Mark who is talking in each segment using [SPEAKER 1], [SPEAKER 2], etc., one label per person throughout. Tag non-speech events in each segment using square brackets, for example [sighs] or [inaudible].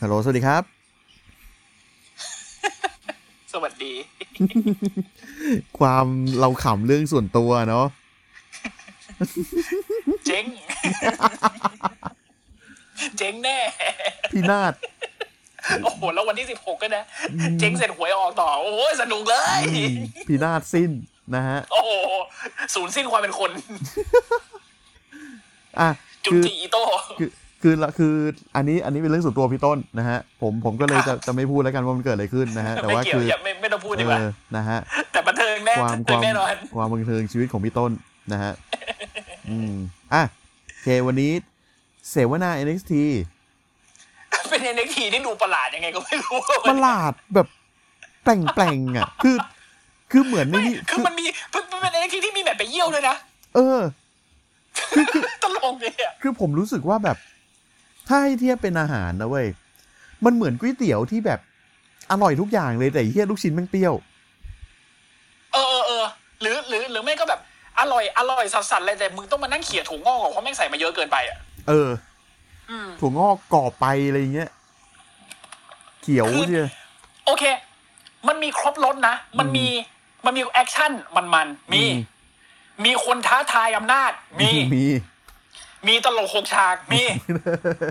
[SPEAKER 1] ฮัลโหล สวัสดีครับ
[SPEAKER 2] สวัสดี
[SPEAKER 1] ความเราขำเรื่องส่วนตัวเนาะ
[SPEAKER 2] เจ๊ง [laughs] เจ๊งแน่
[SPEAKER 1] พี่นาด
[SPEAKER 2] โอ้โห แล้ววันที่สิบหกก็นะ เจ๊งเสร็จหวยออกต่อ โอ้โห สนุกเลย
[SPEAKER 1] พี่นาดสิ้นนะฮะ
[SPEAKER 2] โอ้โหศูนย์สิ้นความเป็นคน
[SPEAKER 1] อ่ะ
[SPEAKER 2] จุน
[SPEAKER 1] คือ
[SPEAKER 2] จิอิโต้
[SPEAKER 1] คือคือละคืออันนี้อันนี้เป็นเรื่องส่วนตัวพี่ต้นนะฮะ ผมผมก็เลยจะจะไม่พูดแล้วกันว่ามันเกิดอะไรขึ้นนะฮะ แต่
[SPEAKER 2] ไม่
[SPEAKER 1] ว่า
[SPEAKER 2] เกี่ยว
[SPEAKER 1] คือ
[SPEAKER 2] อย่าไม่ไม่ต้องพูดดีกว่า
[SPEAKER 1] เออนะฮะ
[SPEAKER 2] แต่บันเทิงแน่
[SPEAKER 1] ความค
[SPEAKER 2] ตื่
[SPEAKER 1] วาน ม
[SPEAKER 2] แน่นอน
[SPEAKER 1] ความบันเทิงชีวิตของพี่ต้นนะฮะ อืม อ่ะโอเควันนี้เสวนา NXT
[SPEAKER 2] เป็นเอ็นเอ็กทีที่ดูประหลาดยังไงก็ไม่รู้
[SPEAKER 1] ประหลาดแบบแปลงๆอ่ะ คือ คือเหมือนในนี้
[SPEAKER 2] คือมันมีมันเป็นเอ็นเอ็กทีที่มีแบบไปเยี่ยวด้วยนะ
[SPEAKER 1] เออ
[SPEAKER 2] ตลกเลยอะ
[SPEAKER 1] คือผมรู้สึกว่าแบบ ถ้าให้เทียบเป็นอาหารนะเว้ย มันเหมือนก๋วยเตี๋ยวที่แบบอร่อยทุกอย่างเลยแต่เฮียลูกชิ้นแม่งเปรี้ยว
[SPEAKER 2] เออเออเออหรือหรือหรือไม่ก็แบบอร่อยอร่อยสัสๆเลยแต่มึงต้องมานั่งเขี่ยถุงงอกออกเพราะแม่งใส่มาเยอะเกินไปอ่ะ
[SPEAKER 1] เอออถั่วงอกกรอบไปอะไรอย่างเงี้ย เขียวเชีย
[SPEAKER 2] โอเค มันมีครบรถนะ มันมี มันมีแอคชั่น มันมันๆมี
[SPEAKER 1] อืม
[SPEAKER 2] มีคนท้าทายอำนาจ มี
[SPEAKER 1] มี
[SPEAKER 2] มีตลกหกฉาก มี
[SPEAKER 1] [laughs]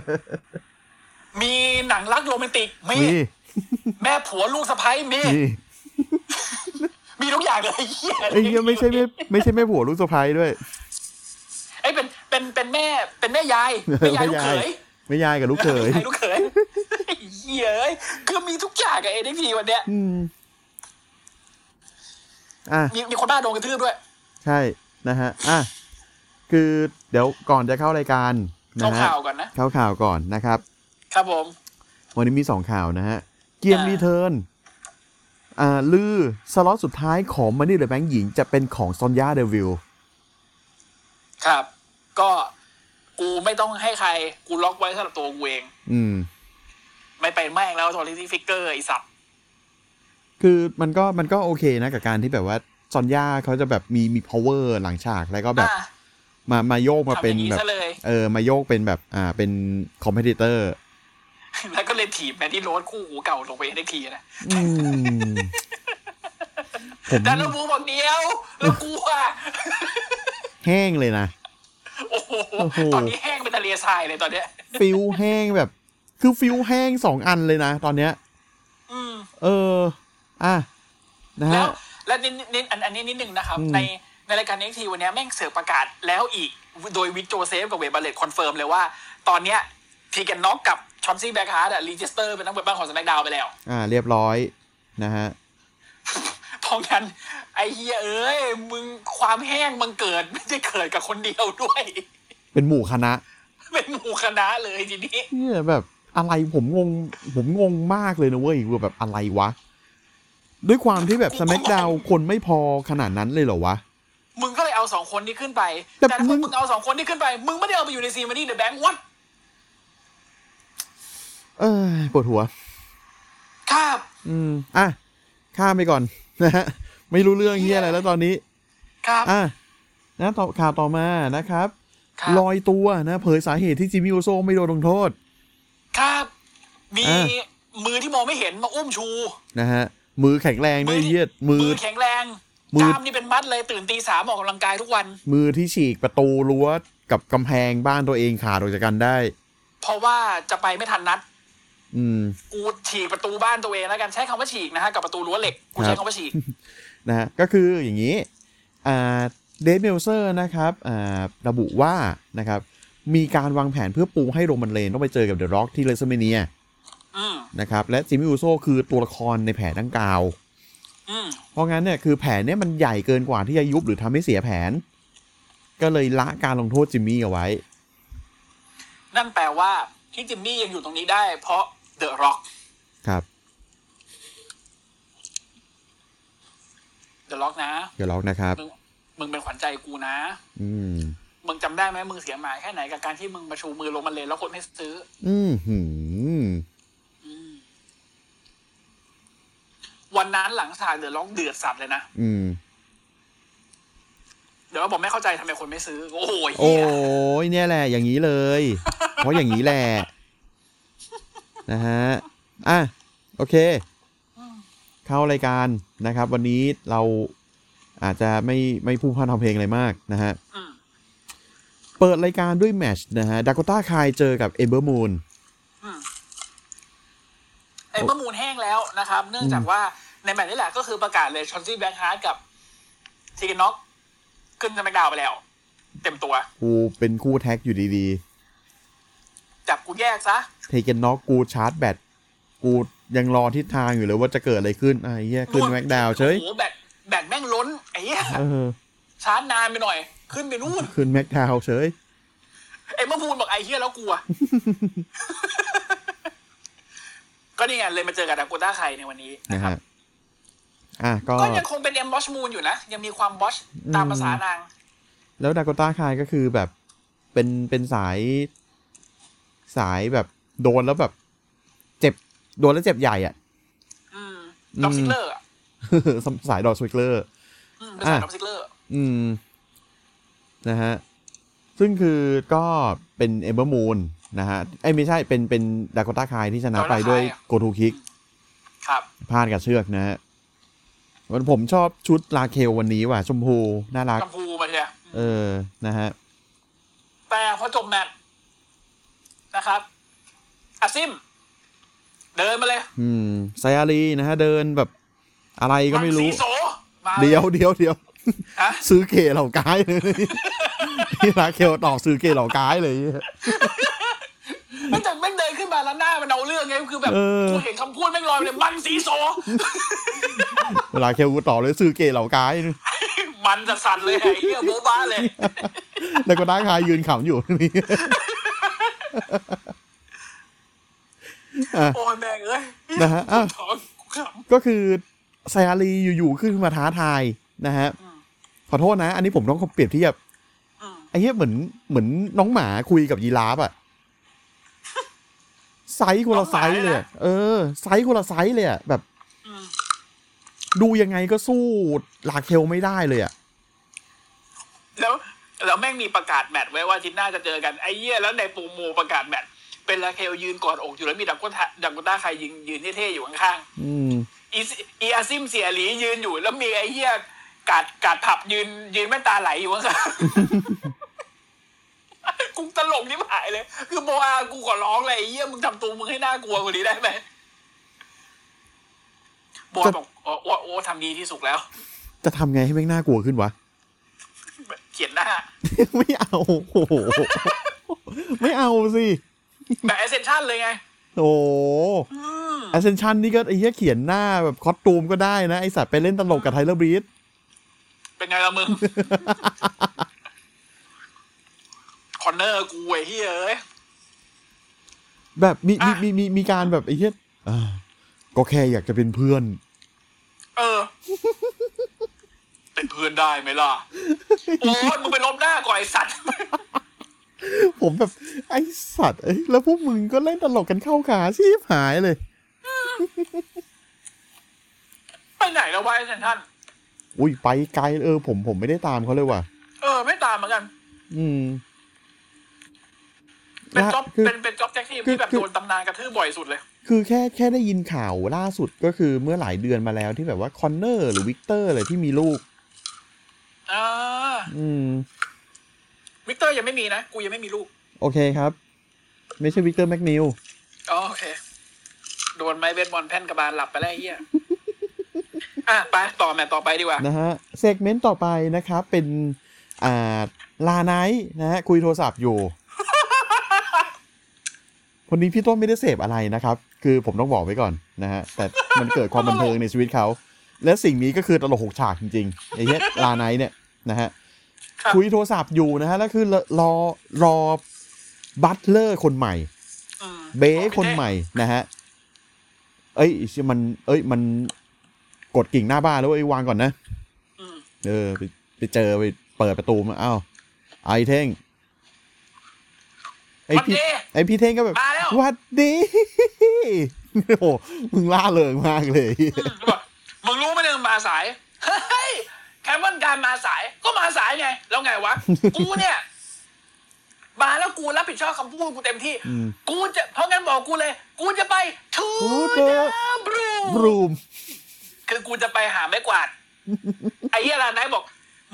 [SPEAKER 2] มีหนังรักโรแมนติก มี
[SPEAKER 1] มี
[SPEAKER 2] แม่ผัวลูกสะพ้ยมี
[SPEAKER 1] มี
[SPEAKER 2] มีทุกอย่างเลย [laughs] ไอ้เหี้ย
[SPEAKER 1] ไอ้เฮียไม่ใช่ไม่ไม่ใช่แม่ผัวลูกสะพ้ายด้วย
[SPEAKER 2] ไอ้ยเป็น เป็น เป็นแม่ เป็นแม่
[SPEAKER 1] [laughs]
[SPEAKER 2] ยาย
[SPEAKER 1] เออย
[SPEAKER 2] แม่ายลูกเขย
[SPEAKER 1] แม่ยายกับลูกเขย
[SPEAKER 2] [laughs] แม่าลูกเขยไอ้เหี้ยเอ้ยคือมีทุกอย่างอะเอ็นทีวันเนี้ย
[SPEAKER 1] อืม อ่ะ
[SPEAKER 2] มีมีคนบ้าโดนกระทืบด้วย
[SPEAKER 1] ใช่นะฮะ อ่ะ คือเดี๋ยวก่อนจะเข้ารายการนะ
[SPEAKER 2] เข้า
[SPEAKER 1] ฮะ
[SPEAKER 2] ข่าวก่อนนะ
[SPEAKER 1] เข้าข่าวก่อนนะครับ
[SPEAKER 2] ครับผม
[SPEAKER 1] วันนี้มีสองข่าวนะฮะ เกียม
[SPEAKER 2] อ่า
[SPEAKER 1] รีเทิร์น อ่า ลือ สล็อตสุดท้ายของมันนี่เดอะแบงค์หญิงจะเป็นของซอนยาเดวิล
[SPEAKER 2] ครับ ก็กูไม่ต้องให้ใคร กูล็อกไว้สำหรับตัวกูเอง
[SPEAKER 1] อืม
[SPEAKER 2] ไม่ไปแม่งแล้วตอนที่ฟิกเกอร์ไอสัตว์
[SPEAKER 1] คือมันก็มันก็โอเคนะกับการที่แบบว่าซอนยาเขาจะแบบมีมี power หลังฉาก แล้วก็แบบ
[SPEAKER 2] อ่ะ
[SPEAKER 1] มามาโยกมา
[SPEAKER 2] ทำอ
[SPEAKER 1] เป็น
[SPEAKER 2] ย่างนี้
[SPEAKER 1] แบบ
[SPEAKER 2] ซะเลย [laughs]
[SPEAKER 1] เออ มาโยกเป็นแบบ อ่า เป็นคอมเพ t เตอร์
[SPEAKER 2] แล้วก็เลยถีบแมนที่โรสคู่หูเก่าลงไปได้ทีนะ
[SPEAKER 1] อืม ผม
[SPEAKER 2] แต่เราบูบอกเดียว แล้วกูอ่ะ [laughs]
[SPEAKER 1] แห้งเลยนะ
[SPEAKER 2] โอ้โห
[SPEAKER 1] โอ้โห
[SPEAKER 2] ตอนนี้แห้งเป็นทะเลทรายเลยตอนเนี้ย
[SPEAKER 1] ฟิลแห้งแบบ คือฟิลแห้งสองอันเลยนะ ตอนเนี้ย
[SPEAKER 2] อืม
[SPEAKER 1] เออ อ่ะ นะ
[SPEAKER 2] แล้
[SPEAKER 1] ฮะ
[SPEAKER 2] ว แล้วนิดนิดอันอันนี้นิดนึงนะครับ
[SPEAKER 1] อืม
[SPEAKER 2] ใน ในรายการนี้ทีวันเนี้ยแม่งเสือกประกาศแล้วอีก โดยวิกโจเซฟกับเวบาเลตคอนเฟิร์มเลยว่า ตอนเนี้ยทีแกนน็อกกับชอมซี่แบ็คฮาร์ดอะรีจิสเตอร์เป็นนักเตะบ้านของสแมกดาวไปแล้ว
[SPEAKER 1] อ่า เรียบร้อย นะฮะ
[SPEAKER 2] เพราะงั้นไอ้เฮียเอ้ย มึงความแห้งมันเกิด ไม่ได้เกิดกับคนเดียวด้วย
[SPEAKER 1] เป็นหมู่คณะ
[SPEAKER 2] เป็นหมู่คณะเลยทีนี้
[SPEAKER 1] เนี่ยแบบอะไรผมงง ผมงงมากเลยนะเว้ยว่าแบบอะไรวะ ด้วยความที่แบบสแม d ดาวคนไม่พอขนาดนั้นเลยเหรอวะ
[SPEAKER 2] มึงก็เลยเอาสองคนนี้ขึ้นไป
[SPEAKER 1] แต่
[SPEAKER 2] แต่ถ้า
[SPEAKER 1] มึ
[SPEAKER 2] มึ
[SPEAKER 1] ง
[SPEAKER 2] งเอาสองคนนี้ขึ้นไป มึงไม่ได้เอาไปอยู่ในซีมานี่เดอะแบงค์วัด
[SPEAKER 1] เออปวดหัว
[SPEAKER 2] ครับ
[SPEAKER 1] อืม อ่ะ ข้ามไปก่อน นะฮะ ไม่รู้เรื่องเฮียอะไรแล้วตอนนี้
[SPEAKER 2] ครับ
[SPEAKER 1] อ่ะ นะต่อข่าวต่อมานะครับ
[SPEAKER 2] ครับ
[SPEAKER 1] ลอยตัวนะเผยสาเหตุที่จิมมี่โอโซไม่โดนลงโทษ
[SPEAKER 2] ครับ มี
[SPEAKER 1] อ่ะ
[SPEAKER 2] มือที่มองไม่เห็นมาอุ้มชู
[SPEAKER 1] นะฮะ มือแข็งแรงด้วย
[SPEAKER 2] มือ
[SPEAKER 1] เยียดมือ
[SPEAKER 2] มือแข็งแรง
[SPEAKER 1] มื
[SPEAKER 2] ก
[SPEAKER 1] อ
[SPEAKER 2] ล้ามนี่เป็นมัดเลยตื่นตีสามออกกำลังกายทุกวัน
[SPEAKER 1] มือที่ฉีกประตูรั้วกับกำแพงบ้านตัวเองขาดออกจากกันได้
[SPEAKER 2] เพราะว่าจะไปไม่ทันนัด
[SPEAKER 1] อืม
[SPEAKER 2] กูฉีกประตูบ้านตัวเองแล้วกันใช้คำว่าฉีกนะฮะกับประตูรั้วเหล็กกูใช้คำว่าฉีก
[SPEAKER 1] นะฮะก็คืออย่างนี้อ่าเดฟเมลเซอร์นะครับอ่าระบุว่านะครับ มีการวางแผนเพื่อปูให้โรมันเลนต้องไปเจอกับเดอะร็อกที่เลสเมเนีย
[SPEAKER 2] อืม
[SPEAKER 1] นะครับ และจิมมี่อูโซคือตัวละครในแผนดังกล่าว
[SPEAKER 2] อืม
[SPEAKER 1] เพราะงั้นเนี่ยคือแผนเนี่ยมันใหญ่เกินกว่าที่จะยุบหรือทำให้เสียแผน ก็เลยละการลงโทษจิมมี่เอาไว้
[SPEAKER 2] นั่นแปลว่าที่จิมมี่ยังอยู่ตรงนี้ได้ เพราะเดอะร็อก
[SPEAKER 1] ครับ
[SPEAKER 2] เดอะร็อกนะ
[SPEAKER 1] เดี๋ยวล็อกนะครับ
[SPEAKER 2] มึงมึงเป็นขวัญใจกูนะ
[SPEAKER 1] อืม
[SPEAKER 2] มึงจำได้ไหมมึงเสียหมายแค่ไหนกับการที่มึงมาชูมือลงมาเลยแล้วคนไม่ซื้อ
[SPEAKER 1] อืมหืม
[SPEAKER 2] วันนั้นหลังฉากเดือดร้องเดือดสัตว์เลยนะ
[SPEAKER 1] อืม
[SPEAKER 2] เดี๋ยวว่าผมไม่เข้าใจทำไมคนไม่ซื้อ โอ้โห
[SPEAKER 1] โอ้
[SPEAKER 2] เหี้ย
[SPEAKER 1] ยเนี่ยแหละ อย่างนี้เลย เพราะอย่างนี้แหละ นะฮะ อ่ะ โอเค เข้ารายการนะครับ วันนี้เราอาจจะไม่ไม่พูดพร่ำทำเพลงอะไรมากนะฮะ
[SPEAKER 2] อืม
[SPEAKER 1] เปิดรายการด้วยแมตชนะฮะดากต้าคายเจอกับเอเบอร์มูน
[SPEAKER 2] ไอ้เมื่อมูลแห้งแล้วนะครับ เนื่องจากว่าในแมตช์นี้แหละก็คือประกาศเลยชอนซี่แบงค์ฮาร์ดกับทีกันน็อกขึ้นสมักดาวน์ไปแล้ว เต็มตัว
[SPEAKER 1] กูเป็นคู่แท็กอยู่ดี
[SPEAKER 2] จับกูแยกซะ
[SPEAKER 1] ๆ เทเกนน็อกกูชาร์จแบต กูยังรอทิศทางอยู่เลยว่าจะเกิดอะไรขึ้นไอ้เหี้ยขึ้นแม็กดาวเฉย
[SPEAKER 2] โอ้โหแบตแบตแม่งล้นไอ้เหี้ย
[SPEAKER 1] เออ
[SPEAKER 2] ชาร์จนานไปหน่อย ขึ้นไปนู่น
[SPEAKER 1] ขึ้นแม็กดาวเฉย
[SPEAKER 2] ไอ้เมื่อพูนบอกไอ้เหี้ยแล้วก [laughs] ลัว ก็นี่ไงเลยมาเจอกับดากูต้าไคในวันนี้
[SPEAKER 1] นะ
[SPEAKER 2] นะครับ
[SPEAKER 1] ฮะ อ่ะก็
[SPEAKER 2] ก็ยังคงเป็นเอ็มบอชมูนอยู่นะ ยังมีความบอชตามภาษานาง
[SPEAKER 1] แล้วดากต้าคายก็คือแบบเป็นเป็นสายสายแบบโดนแล้วแบบ เจ็บ โดนแล้วเจ็บใหญ่อ่ะ [laughs]
[SPEAKER 2] อืมด็อกซิลเลอร์อะ
[SPEAKER 1] สายดอสวิกเลอร์
[SPEAKER 2] อืมเป็นสาย
[SPEAKER 1] อ่ะ
[SPEAKER 2] ด็อกซิลเลอร์
[SPEAKER 1] อืม นะฮะ ซึ่งคือก็เป็นเอเบอร์มูนนะฮะไอ้ยไม่ใช่เป็นเป็นดากต้าคายที่ชนะไป
[SPEAKER 2] Dakota Kai
[SPEAKER 1] ด้วย
[SPEAKER 2] อะ
[SPEAKER 1] โกทูคิก
[SPEAKER 2] ครับ
[SPEAKER 1] พลาดกับเชือกนะฮะวันผมชอบชุดลาเคลวันนี้ว่ะ ชมพู น่ารัก
[SPEAKER 2] กัมพูมาเชีย
[SPEAKER 1] เออ นะฮะ
[SPEAKER 2] แต่พอจบแมตช์นะครับอาซิม เดินมาเลย
[SPEAKER 1] อืมไซอารีนะฮะ เดินแบบอะไรก็ไม่รู้
[SPEAKER 2] รังสีโสมาล
[SPEAKER 1] เดี๋ยวเดี๋ยวเดี๋ยว
[SPEAKER 2] ฮะ
[SPEAKER 1] ซื้อเกเหล่ากายเลยที่ลาเคลตอบซื้อเกเหล่ากายเลย
[SPEAKER 2] แม่งแต่แม่งเดินขึ้นมาแล้วหน้ามันเอาเรื่องไงคือแบบ
[SPEAKER 1] เออ
[SPEAKER 2] กูเห็นคำพูดแม่งลอยไปเลยมันสีโส
[SPEAKER 1] เวลาเคลกูตอบเลยซื้อเกเหล่ากาย
[SPEAKER 2] [coughs] มันจะสั่นเลยไอ้เหี้ยโบ๊ะบ้าเลย
[SPEAKER 1] แล้วก็ด้าคายยืนขำอยู่นี่อ่ะ
[SPEAKER 2] โอ้ยแม่งเอ้ย
[SPEAKER 1] นะฮะอ่ะ
[SPEAKER 2] ท้องกูข
[SPEAKER 1] ก็คือไซอารีอยู่ๆขึ้นมาท้าทายนะฮะ ขอโทษนะ อันนี้ผมต้องเปรียบเทียบ
[SPEAKER 2] ำอืม
[SPEAKER 1] ไอ้เหี้ยเหมือนเหมือนน้องหมาคุยกับยีราฟอะไซส์คนละไซส์เลยอะเออ ไซส์คนละไซส์เลยอะแบบ
[SPEAKER 2] อืม
[SPEAKER 1] ดูยังไงก็สู้ลาเคลไม่ได้เลยอะ
[SPEAKER 2] แล้วแล้วแม่งมีประกาศแมตช์ไว้ว่าอาทิตย์หน้าจะเจอกันไอ้เหี้ยแล้วในโปูโมประกาศแมตช์เป็นลาเคลยืนกอดอกอยู่แล้วมีดักกุต้าดักกุต้าใครยืนยืนเท่ๆอยู่ข้าง
[SPEAKER 1] อืม
[SPEAKER 2] ๆอีซิอีอาซิมเสียหลียืนอยู่ แล้วมีไอ้เหี้ยกาดกาดผับยืนยืนแม่นตาไหลอยู่ข้างๆ กูตลกนี่หายเลย คือโบอากูขอร้องเลยไอ้เหี้ยมึงทำตัวมึงให้น่ากลัวกว่านี้ได้ไหมโบอาบอกอ๋อโอ้โอ้ทำดีที่สุดแล้ว
[SPEAKER 1] จะทำไงให้แม่งน่ากลัวขึ้นวะ [laughs]
[SPEAKER 2] เขียนหน้า
[SPEAKER 1] ไม่เอาโอ้โห [laughs] ไม่เอาสิ
[SPEAKER 2] แบบเอเซนชั่นเลยไง
[SPEAKER 1] โอ้แอสเซนชันนี่ก็ไอ้เหี้ยเขียนหน้าแบบคอสตูมก็ได้นะ ไอสัตว์ไปเล่นตลกกับไทเลอร์บรีด
[SPEAKER 2] เป็นไงละมึง คอนเนอร์กูไอ้เฮียเอ้ย
[SPEAKER 1] แบบมีมี
[SPEAKER 2] อ่ะ
[SPEAKER 1] มีมีมีการแบบไอ้เหี้ยอ่าก็แค่อยากจะเป็นเพื่อน [laughs]
[SPEAKER 2] เออ [laughs] เป็นเพื่อนได้ไหมล่ะ โอ้ยมึงไปลบหน้าก่อนไอ้สัตว์ [laughs]
[SPEAKER 1] ผมแบบไอสัตว์เอ้ยแล้วพวกมึงก็เล่นตลกกันเข้าขาชีพหายเลย
[SPEAKER 2] ไปไหนแล้ววะไอ้เซนท่าน
[SPEAKER 1] อุ้ยไปไกลเออ ผมผมไม่ได้ตามเขาเลยว่ะ
[SPEAKER 2] เออ ไม่ตามเหมือนกัน
[SPEAKER 1] อืม
[SPEAKER 2] เป็น
[SPEAKER 1] ละ
[SPEAKER 2] จ็อบ
[SPEAKER 1] คือ
[SPEAKER 2] เป็นเป็นจ็อบแจ็คทีม
[SPEAKER 1] คือ
[SPEAKER 2] ที่แบบ
[SPEAKER 1] คือ
[SPEAKER 2] โดนตำนานกระทืบบ่อยสุดเลย
[SPEAKER 1] คือแค่แค่ได้ยินข่าวล่าสุดก็คือเมื่อหลายเดือนมาแล้วที่แบบว่าคอนเนอร์หรือวิกเตอร์เลยที่มีลูก
[SPEAKER 2] อ่า
[SPEAKER 1] อืม
[SPEAKER 2] วิกเตอร์ยังไม่มีนะ กูยังไม่มีลูก
[SPEAKER 1] โอเคครับ ไม่ใช่วิกเตอร์แมกนิว
[SPEAKER 2] อ๋อโอเค โดนไม้เบสบอลแผ่นกระบาลหลับไปแล้วไอ้เฮียอ่ะไปต่อแมตต์ต่อไปดีกว่า
[SPEAKER 1] นะฮะเซกเมนต์ต่อไปนะครับ เป็นอ่าลาไนท์นะฮะคุยโทรศัพท์อยู่ [laughs] คนนี้พี่ต้นไม่ได้เสพอะไรนะครับ คือผมต้องบอกไว้ก่อนนะฮะ แต่มันเกิดความบันเทิงในชีวิตเขา และสิ่งนี้ก็คือตลกหกฉากจริงๆไอ้เหี้ยลาไนท์เนี่ยนะฮะ
[SPEAKER 2] ครับ
[SPEAKER 1] คุยโทรศัพท์อยู่นะฮะ แล้วคือรอรอ บัตเลอร์คนใหม่
[SPEAKER 2] อืม
[SPEAKER 1] เบคนใหม่นะฮะ เอ้ยเชี่ยมัน เอ้ย มันกดกิ่งหน้าบ้านแล้วเอ้ยวางก่อนนะ
[SPEAKER 2] อืม
[SPEAKER 1] เออไปไปเจอไปเปิดประตูมาอ้าวไอ้เท่งไอ้
[SPEAKER 2] วัน
[SPEAKER 1] พี่
[SPEAKER 2] เด
[SPEAKER 1] ไอ้พี่เท่งก็แบบ
[SPEAKER 2] มาแล้ว
[SPEAKER 1] หวัดดี [laughs] โอ้โหมึงล่าเริงมากเลย
[SPEAKER 2] อืมบอกมึงรู้ไหมเนี่ยมึงมาสาย เฮ้ยแคมวันการมาสาย ก็มาสายไง แล้วไงวะ กูเนี่ย มาแล้วกูรับผิดชอบคำพูดกูเต็มที่
[SPEAKER 1] อืม
[SPEAKER 2] กูจะ เพราะงั้นบอกกูเลย กูจะไปทูเด
[SPEAKER 1] the
[SPEAKER 2] บรู
[SPEAKER 1] บรูม
[SPEAKER 2] คือกูจะไปหาไม้กวาด ไอ้เหี้ยลานไหนบอก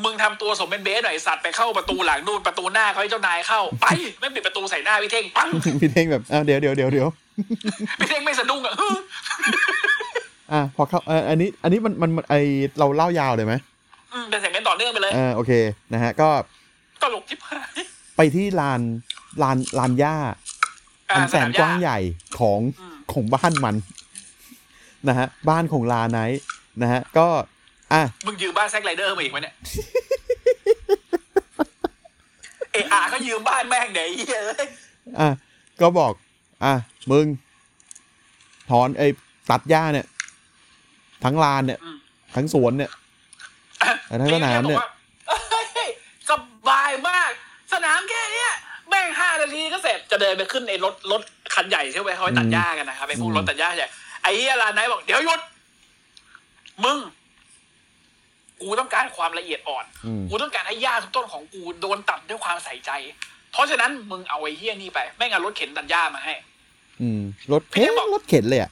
[SPEAKER 2] มึงทำตัวสมเป็นเบสหน่อยสัตว์ไปเข้าประตูหลังนู่นประตูหน้าเขาให้เจ้านายเข้า ไป ไม่ปิดประตูใส่หน้าพี่เท่งปัง
[SPEAKER 1] พี่เท่งแบบอ้าวเดี๋ยวเดี๋ยวเดี๋ยวเดี๋ยว
[SPEAKER 2] พี่เท่งไม่สะดุ้งอะฮึ่ม
[SPEAKER 1] อ่ะพอเข้าเอ่ออันนี้ อันนี้มันมันมันไอเราเล่ายาวเลยไหม
[SPEAKER 2] อืมเป็นเสียงเป็นต่อเนื่องไปเลย
[SPEAKER 1] เอ่าโอเคนะฮะ ก็
[SPEAKER 2] ตลกทิพาย
[SPEAKER 1] ไปที่ลานลานลานหญ้า
[SPEAKER 2] อ่า
[SPEAKER 1] อันแสน
[SPEAKER 2] ม
[SPEAKER 1] ก
[SPEAKER 2] หญ้
[SPEAKER 1] ว้างใหญ่ของ
[SPEAKER 2] อืม
[SPEAKER 1] ของบ้านมันนะฮะบ้านของลาไนท์นะฮะก็อ่ะ
[SPEAKER 2] มึงยืมบ้านแซกไรเดอร์มาอีกไหม
[SPEAKER 1] [laughs]
[SPEAKER 2] เนี่ย เออาก็ยืมบ้านแม่งเดี๋ยวไอ้เหี้ยเอ้ย
[SPEAKER 1] อ่ะก็บอกอ่ะมึง ถอนไอ้ยตัดหญ้าเนี่ย ทั้งลานเนี่ย ทั้งสวนเนี่ย แต่ถ้าสนามเนี่ย
[SPEAKER 2] เฮ้ยสบายมาก สนามแค่เนี้ยแม่งห้านาทีก็เสร็จจะเดินไปขึ้นในรถรถคันใหญ่ใช่ไหมเขาไปตัดหญ้ากันนะครับไอ้พวกรถตัดหญ้าใหญ่ไอ้เหี้ยร้านไหนบอกเดี๋ยวหยุด มึง กูต้องการความละเอียดอ่อน
[SPEAKER 1] อืม
[SPEAKER 2] กูต้องการให้หญ้าทุกต้นของกูโดนตัดด้วยความใส่ใจ เพราะฉะนั้นมึงเอาไอ้เหี้ยนี่ไปแม่งเอารถเข็นตัดหญ้ามาให้
[SPEAKER 1] อืมรถเข็นรถเข็นเลยอ่ะ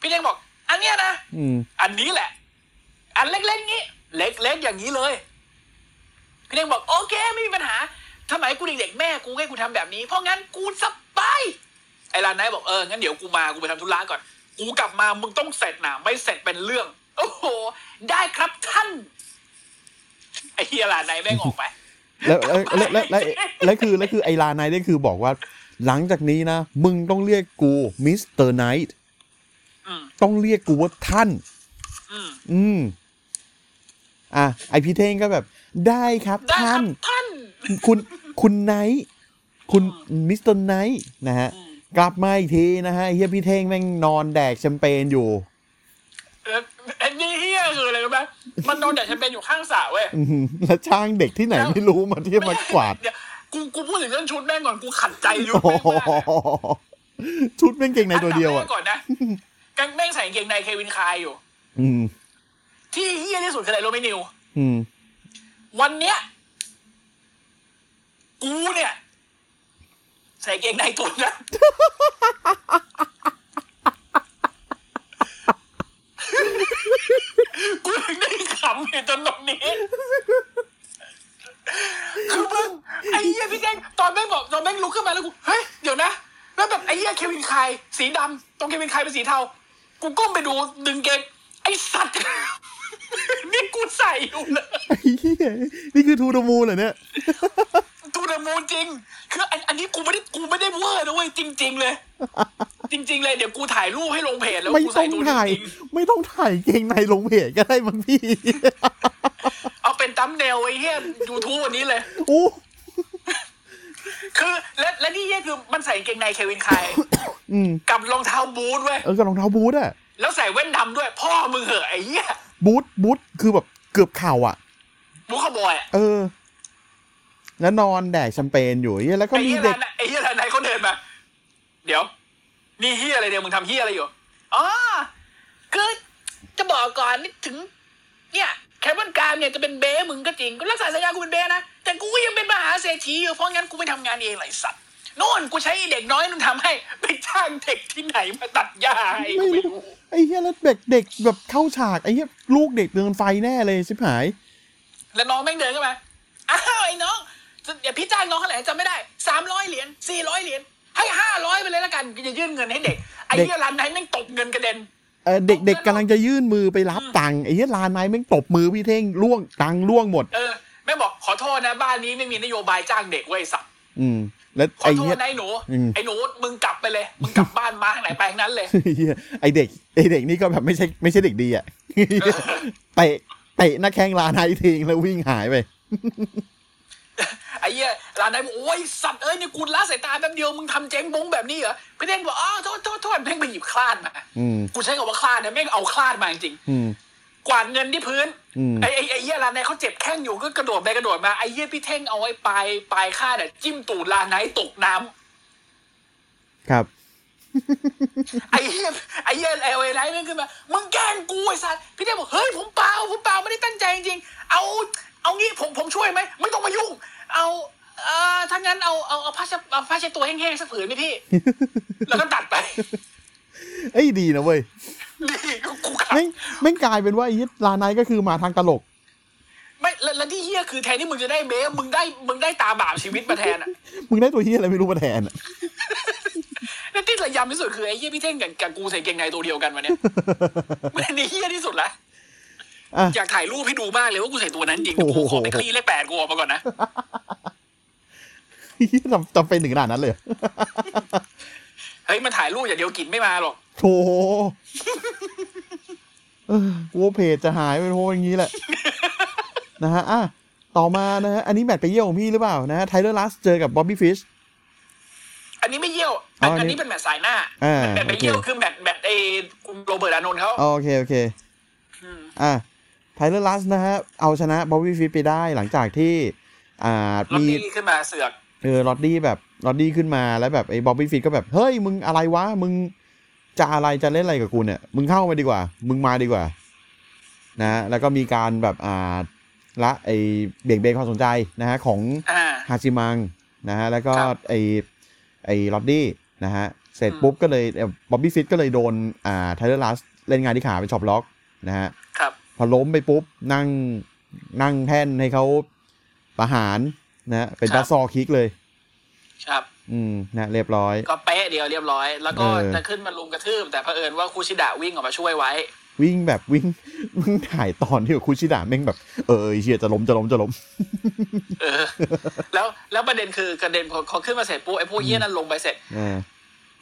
[SPEAKER 2] พี่เล้งบอก อันเนี้ยนะ
[SPEAKER 1] อืม
[SPEAKER 2] อันนี้แหละ อันเล็กๆงี้ เล็กๆอย่างนี้เลย พี่เล้งบอกโอเคไม่มีปัญหาสมัยกูเด็กๆแม่กูให้กูทำแบบนี้ เพราะงั้นกูสบาย ไอ้ร้านนายบอกเอองั้นเดี๋ยวกูมากูไปทำธุระก่อน กูกลับมามึงต้องเสร็จนะไม่เสร็จเป็นเรื่อง โอ้โห ได้ครับท่าน ไอ้เฮียร้านนายแม่งออกไป
[SPEAKER 1] แล้วแล้วแล้วแล้วแล้วแล้วคือแล้วคือไอลาไนท์เนี่ยคือบอกว่า หลังจากนี้นะ มึงต้องเรียกกูมิสเตอร์ไนท์
[SPEAKER 2] อืม
[SPEAKER 1] ต้องเรียกกูว่าท่าน
[SPEAKER 2] อืม
[SPEAKER 1] อืม อ่ะ ไอพี่เท่งก็แบบ ได้ครับ
[SPEAKER 2] ได้ค
[SPEAKER 1] ท่า
[SPEAKER 2] รั
[SPEAKER 1] น
[SPEAKER 2] บท่าน
[SPEAKER 1] คุณคุณไนท์คุณมิสเตอร์ไนท์นะฮะ
[SPEAKER 2] อืม
[SPEAKER 1] กลับมาอีกทีนะฮะเฮียพี่เท่งแม่งนอนแดกแชมเปญอยู่ [laughs]
[SPEAKER 2] เออไอ้นี่เฮียคืออะไรรู้ไหมมันนอนแดดฉันเป็นอยู่ข้างสระเว้ย
[SPEAKER 1] อืมแล้วช่างเด็กที่ไหนไม่รู้มาที่มาก
[SPEAKER 2] [laughs]
[SPEAKER 1] วาด
[SPEAKER 2] เดี๋ยวกูกูพูดถึงเรื่องชุดแม่งก่อนกูขัดใจอยู่
[SPEAKER 1] โอ้โหชุดแม่งเก่งใน
[SPEAKER 2] แม่งมาก
[SPEAKER 1] ตัวเดียวอ่ะ
[SPEAKER 2] นดับแรกก่อนนะกางแม่งใส่กางเกงในเควินคายอยู่
[SPEAKER 1] อืม
[SPEAKER 2] ที่เฮี้ยที่สุดคืออะไรรู้ไหมนิว
[SPEAKER 1] อืม
[SPEAKER 2] วันเนี้ย กูเนี่ย ใส่กางเกงในตัวนะ [laughs] กูถึงได้ขำอยู่จนตรงนี้ คือมึงไอ้เหี้ยพี่แดงตอนแม่งบอกตอนแม่งลุกขึ้นมาแล้วกูเฮ้ยเดี๋ยวนะ แล้วแบบไอ้เหี้ยเควินคายสีดำตรงเควินคายเป็นสีเทา กูก้มไปดูดึงเกงไอ้สัตว์ [laughs] นี่กูใส่อยู่เลย
[SPEAKER 1] ไอ้เหี้ยนี่คือทูดมูเหรอเนี่ย
[SPEAKER 2] ทูเดอะมูนจริง คืออันอันนี้กูไม่ได้กูไม่ได้เวอร์นะเว้ยจริง ๆ เลย [laughs] จริง ๆ เลยเดี๋ยวกูถ่ายรูปให้ลงเพจแล้ว
[SPEAKER 1] ไม่
[SPEAKER 2] กู
[SPEAKER 1] ต้
[SPEAKER 2] ใส่
[SPEAKER 1] อง
[SPEAKER 2] ตัว
[SPEAKER 1] ถ่าย
[SPEAKER 2] จริง
[SPEAKER 1] ไม่ต้องถ่ายเกงในลงเพจก็ได้มั้งพี่ [laughs]
[SPEAKER 2] ๆเอาเป็นตั้มเนลไอ้เหี้ยยูทูบวันนี้เลย
[SPEAKER 1] โอ้
[SPEAKER 2] คือ และและนี่เหี้ยคือมันใส่กางเกงในเควินคาย
[SPEAKER 1] อืม
[SPEAKER 2] กับรองเท้าบูทเว้ย
[SPEAKER 1] เออกับรองเท้าบูทอะ
[SPEAKER 2] แล้วใส่แว่นดำด้วย พ่อมึงเหอะไอ้เหี้ย
[SPEAKER 1] บูทบูทคือแบบเกือบเข่าอ่ะ
[SPEAKER 2] บูขบอยอะ
[SPEAKER 1] เออ แล้วนอนแดกแชมเปญอยู่เหี้ยแล้วก็
[SPEAKER 2] ไอ้
[SPEAKER 1] มี
[SPEAKER 2] เหี้ย
[SPEAKER 1] เด็
[SPEAKER 2] ร้าก นน่ะไอ้เหี้ยร้านไหนเขาเดินมา เดี๋ยว นี่เหี้ยอะไรเนี่ยมึงทำเหี้ยอะไรอยู่อ๋อคือจะบอกก่อนนี่ถึง เนี่ยแคปวันการเนี่ยจะเป็นเบ้มึงก็จริงกูรักษาสัญญากูเป็นเบ้นะ แต่กูก็ยังเป็นมหาเศรษฐีอยู่เพราะงั้นกูไม่ทำงานเองไรสัตว์โน่นกูใช้ไอ้เด็กน้อยนั่นทำให้ ไปจ้างเด็กที่ไหนมาตัดหญ้าให้กู
[SPEAKER 1] ไม่
[SPEAKER 2] ไม่
[SPEAKER 1] รู้
[SPEAKER 2] รู้
[SPEAKER 1] ไอ้เหี้ยแล้วเด็กเด็กแบบเข้าฉากไอ้เหี้ยลูกเด็กเดินไฟแน่เลยชิบหาย
[SPEAKER 2] แล้วน้องแม่งเดินเข้ามาอ้าวไอ้น้องเดี๋ยวพี่จ้างน้องเท่าไหร่จำไม่ได้สามร้อยเหรียญสี่ร้อยเหรียญให้ห้าร้อยไปเลยละกันกูจะยื่นเงินให้เด็กไอ้
[SPEAKER 1] เด็ก
[SPEAKER 2] เหี้ยร้านไหนแม่งตบเงินกระเด็น
[SPEAKER 1] เออเด็กเด็กกำลังจะยื่นมือไปรับตังค์ไอ้เหี้ยลานไม้แม่งตบมือพี่เท่งล่วงตังค์ล่วงหมด
[SPEAKER 2] เออแม่งบอกขอโทษนะบ้านนี้ไม่มีนโยบายจ้างเด็กเว้ยสัตว์
[SPEAKER 1] อืม แล้ว
[SPEAKER 2] ขอ
[SPEAKER 1] ไอ้
[SPEAKER 2] โท
[SPEAKER 1] เหี้
[SPEAKER 2] ษ
[SPEAKER 1] ย
[SPEAKER 2] นะไอ้หนู
[SPEAKER 1] อืม
[SPEAKER 2] ไอ้หนูมึงกลับไปเลย มึงกลับบ้านมาทางไหนไปทางนั้นเลย [laughs]
[SPEAKER 1] เหี้ย [laughs] ไอเด็กไอเด็กนี่ก็แบบไม่ใช่ไม่ใช่เด็กดีอ่ะ [laughs] เตะเตะหน้าแข้งลานไอทีงแล้ววิ่งหายไป
[SPEAKER 2] ไอ้เหี้ย ร้านนายบอกโอ้ยสัตว์เอ้ยนี่กูละสายตาแป๊บเดียวมึงทำเจ๊งบงแบบนี้เหรอพี่เด้งบอกอ๋อโทษโทษโทษแม่งไปหยิบคลาดมา
[SPEAKER 1] อืม
[SPEAKER 2] กูใช้คำว่าคลาดนะแม่งเอาคลาดมาจริง
[SPEAKER 1] อืม
[SPEAKER 2] ๆกวาดเงินที่พื้น
[SPEAKER 1] อืม
[SPEAKER 2] ไอ้ไอ้ไอ้เหี้ยร้านนายเขาเจ็บแข้งอยู่ก็กระโดดไปกระโดดมาไอ้เหี้ยพี่เท่งเอาไอ้ปลายปลายคลาดอะจิ้มตูดร้านนายตกน้ำ
[SPEAKER 1] ครับ [laughs]
[SPEAKER 2] ไอ้เหี้ยไอ้เหี้ยไอ้ไอ้ไรนั่นขึ้นมา มึงแกล้งกูไอ้สัตว์พี่เต้บอก เฮ้ย ผมเปล่า ผมเปล่า ไม่ได้ตั้งใจจริงๆ เอา เอางี้ ผม ผมช่วยไหม ไม่ต้องมายุ่ง เอาเอ่อถ้างั้น เอา เอา เอาผ้าเช็ดเอาผ้าเช็ดตัวแห้งๆสักผืนไหมพี่ แล้วก็ตัดไป [laughs]
[SPEAKER 1] เอ้ยดีนะเว้ย
[SPEAKER 2] นี่กูกูขับ
[SPEAKER 1] แม่งแม่งกลายเป็นว่าไอ้ยิลานายก็คือมาทางตลก
[SPEAKER 2] ไม่แล้วแล้วที่เหี้ยคือแทนที่มึงจะได้เบสมึงได้ มึงได้ตาบาปชีวิตมาแทนอะ
[SPEAKER 1] มึงได้ตัวเฮียอะไรไม่รู้มาแทนอะ [laughs]
[SPEAKER 2] แล้วที่ระยำที่สุดคือไอ้เหี้ยพี่เท่งกับกับกูใส่เกงในตัวเดียวกันวันเนี้ย [laughs] มันนี่เหี้ยที่สุดละ
[SPEAKER 1] อ่ะ [laughs]
[SPEAKER 2] อยากถ่ายรูปให้ดูมากเลยว่ากูใส่ตัวนั้นจริง
[SPEAKER 1] โอ้โห
[SPEAKER 2] กูขอไปคลี่เลขแปดกูออกมาก่อนนะ
[SPEAKER 1] เหี้ยจำจำเป็นถึงขนาดนั้นเลยเหรอ
[SPEAKER 2] เฮ้ยมันถ่ายรูปอย่างเดียวกินไม่มาหรอก
[SPEAKER 1] โถเออกูว่าเพจจะหายไปโทอย่างนี้แหละ [laughs] นะฮะอ่ะต่อมานะฮะ อันนี้แมตช์ไปเยี่ยมของพี่หรือเปล่านะฮะไทเลอร์ลัสเจอกับบ๊อบบี้ฟิช
[SPEAKER 2] อันนี้ไม่เยี่ยว อัน
[SPEAKER 1] อ๋ออัน
[SPEAKER 2] อัน
[SPEAKER 1] นี้
[SPEAKER 2] นี้เป็นแมตช์สายหน้า
[SPEAKER 1] อ่า
[SPEAKER 2] แมตช์ไม่
[SPEAKER 1] โอเค
[SPEAKER 2] เยี่ยวคือแมตช์แมตช์ไอ้โรเบิร์ตอานนท์เขา
[SPEAKER 1] อ๋อโอเค โอเค อ่ะไทเลอร์ลัสนะฮะ เอาชนะบ๊อบบี้ฟิชไปได้หลังจากที่ อ่า
[SPEAKER 2] ลอต
[SPEAKER 1] มี
[SPEAKER 2] ตี้ขึ้นมาเสือก
[SPEAKER 1] เออลอดดี้แบบลอดดี้ขึ้นมาแล้วแบบไอ้บ๊อบบี้ฟิตก็แบบ เฮ้ย มึงอะไรวะ มึงจะอะไรจะเล่นอะไรกับกูเนี่ย มึงเข้ามาดีกว่า มึงมาดีกว่า นะ แล้วก็มีการแบบอ่าละไอ้เบี่ยงเบนความสนใจนะฮะของ
[SPEAKER 2] อ่า
[SPEAKER 1] ฮาจิมังนะฮะ แล้วก็
[SPEAKER 2] ครับ
[SPEAKER 1] ไอ้ไอ้ลอดดี้นะฮะ เสร็จปุ๊บก็เลยบ๊อบบี้ฟิตก็เลยโดนอ่าไทเลอร์ลัสเล่นงานที่ขาเป็นช็อปล็อกนะฮะ
[SPEAKER 2] ครับ
[SPEAKER 1] พอล้มไปปุ๊บ นั่งนั่งแท่นให้เขาประหารนะฮะเป็
[SPEAKER 2] ค
[SPEAKER 1] นั
[SPEAKER 2] รับบ
[SPEAKER 1] สซอคิกเลย
[SPEAKER 2] ครับ
[SPEAKER 1] อืมนะเรียบร้อย
[SPEAKER 2] ก็เป๊ะเดียวเรียบร้อย แล้วก็
[SPEAKER 1] เออ
[SPEAKER 2] จะขึ้นมาลุมกระทืบแต่เผอิญว่าคูชิดะวิ่งออกมาช่วยไว้
[SPEAKER 1] วิ่งแบบวิ่ง วิ่งถ่ายตอนที่แบบคุชิดะแม่งแบบ เออไอ้เชียจะล้มจะล้มจะล้ม
[SPEAKER 2] เออ แล้วแล้วประเด็นคือกระเด็นพอเขาขึ้นมาเสร็จปุ๊บไอ้พวกเยี่ยนั่นลงไปเสร็จ
[SPEAKER 1] อ่า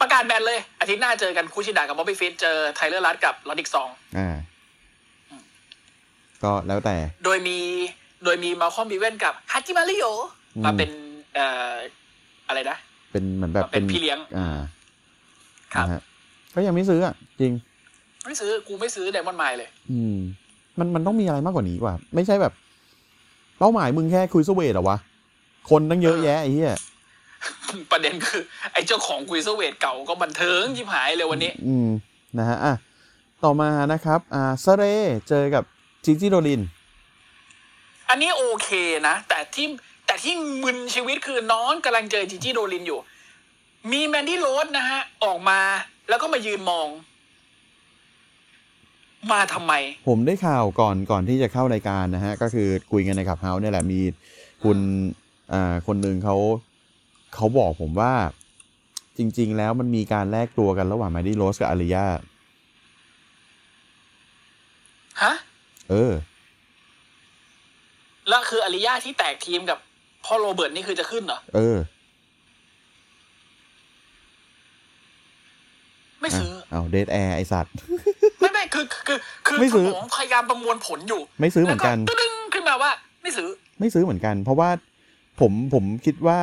[SPEAKER 2] ประกาศแบนเลย อาทิตย์หน้าเจอกันคูชิดะกับบ๊อบบี้ฟิตเจอไทเลอร์ลัดกับลอดิกซอง
[SPEAKER 1] อ่า ก็แล้วแต่
[SPEAKER 2] โดยมีโดยมีมาคอมบีเวนกับฮัจิมาริโอ
[SPEAKER 1] อืม
[SPEAKER 2] มาเป็นเอ่ออะไรนะ
[SPEAKER 1] เป็นเหมือนแบบ
[SPEAKER 2] เป็นพี่เลี้ยง
[SPEAKER 1] อ่า
[SPEAKER 2] ครับ
[SPEAKER 1] นะฮะก็ยังไม่ซื้ออ่ะ จริง
[SPEAKER 2] ไม่ซื้อกูไม่ซื้อเดมอนไมล์เลย [laughs]
[SPEAKER 1] อืม มันมันต้องมีอะไรมากกว่านี้กว่า ไม่ใช่แบบ เป้าหมายมึงแค่คุยสเวทเหรอวะ คนตั้งเยอะแยะไอ้เหี้ย
[SPEAKER 2] ประเด็นคือ ไอ้เจ้าของกุยเซเวตเก่าก็บันเทิงชิบหายเลยวันนี้
[SPEAKER 1] อืม นะฮะ อ่ะ ต่อมานะครับ อ่าเซเรเจอกับจิจิโดริน
[SPEAKER 2] อันนี้โอเคนะ แต่ที่แต่ที่มึนชีวิตคือน้องกำลังเจอจิจิโดลินอยู่ มีแมนดี้โรสนะฮะ ออกมาแล้วก็มายืนมอง มาทำไม
[SPEAKER 1] ผมได้ข่าวก่อนก่อนที่จะเข้ารายการนะฮะ ก็คือคุยกันในขับเฮาส์เนี่ยแหละมีคุณอ่าคนหนึ่งเขาเขาบอกผมว่าจริง ๆ แล้วมันมีการแลกตัวกันระหว่างมาดี้โรสกับอาริยา
[SPEAKER 2] ฮะ
[SPEAKER 1] เออ
[SPEAKER 2] แล้วคืออาริยาที่แตกทีมกับพ่อโรเบิร์ตนี่คือจะขึ้นเหรอ
[SPEAKER 1] เออ
[SPEAKER 2] ไม่
[SPEAKER 1] อ่ะ
[SPEAKER 2] ซื้อ
[SPEAKER 1] เอาเดทแอร์ไอสัตว์
[SPEAKER 2] ไม่ไม่คือคือคือ
[SPEAKER 1] ไม่ซื้อ
[SPEAKER 2] สมองพยายามประมวลผลอยู่
[SPEAKER 1] ไม่ซื้อเห
[SPEAKER 2] แล้ว
[SPEAKER 1] มือน
[SPEAKER 2] ก็
[SPEAKER 1] กัน
[SPEAKER 2] ตึ้งขึ้นมาว่า ไม่ซื้อ
[SPEAKER 1] ไม่ซื้อเหมือนกัน เพราะว่าผมผมคิดว่า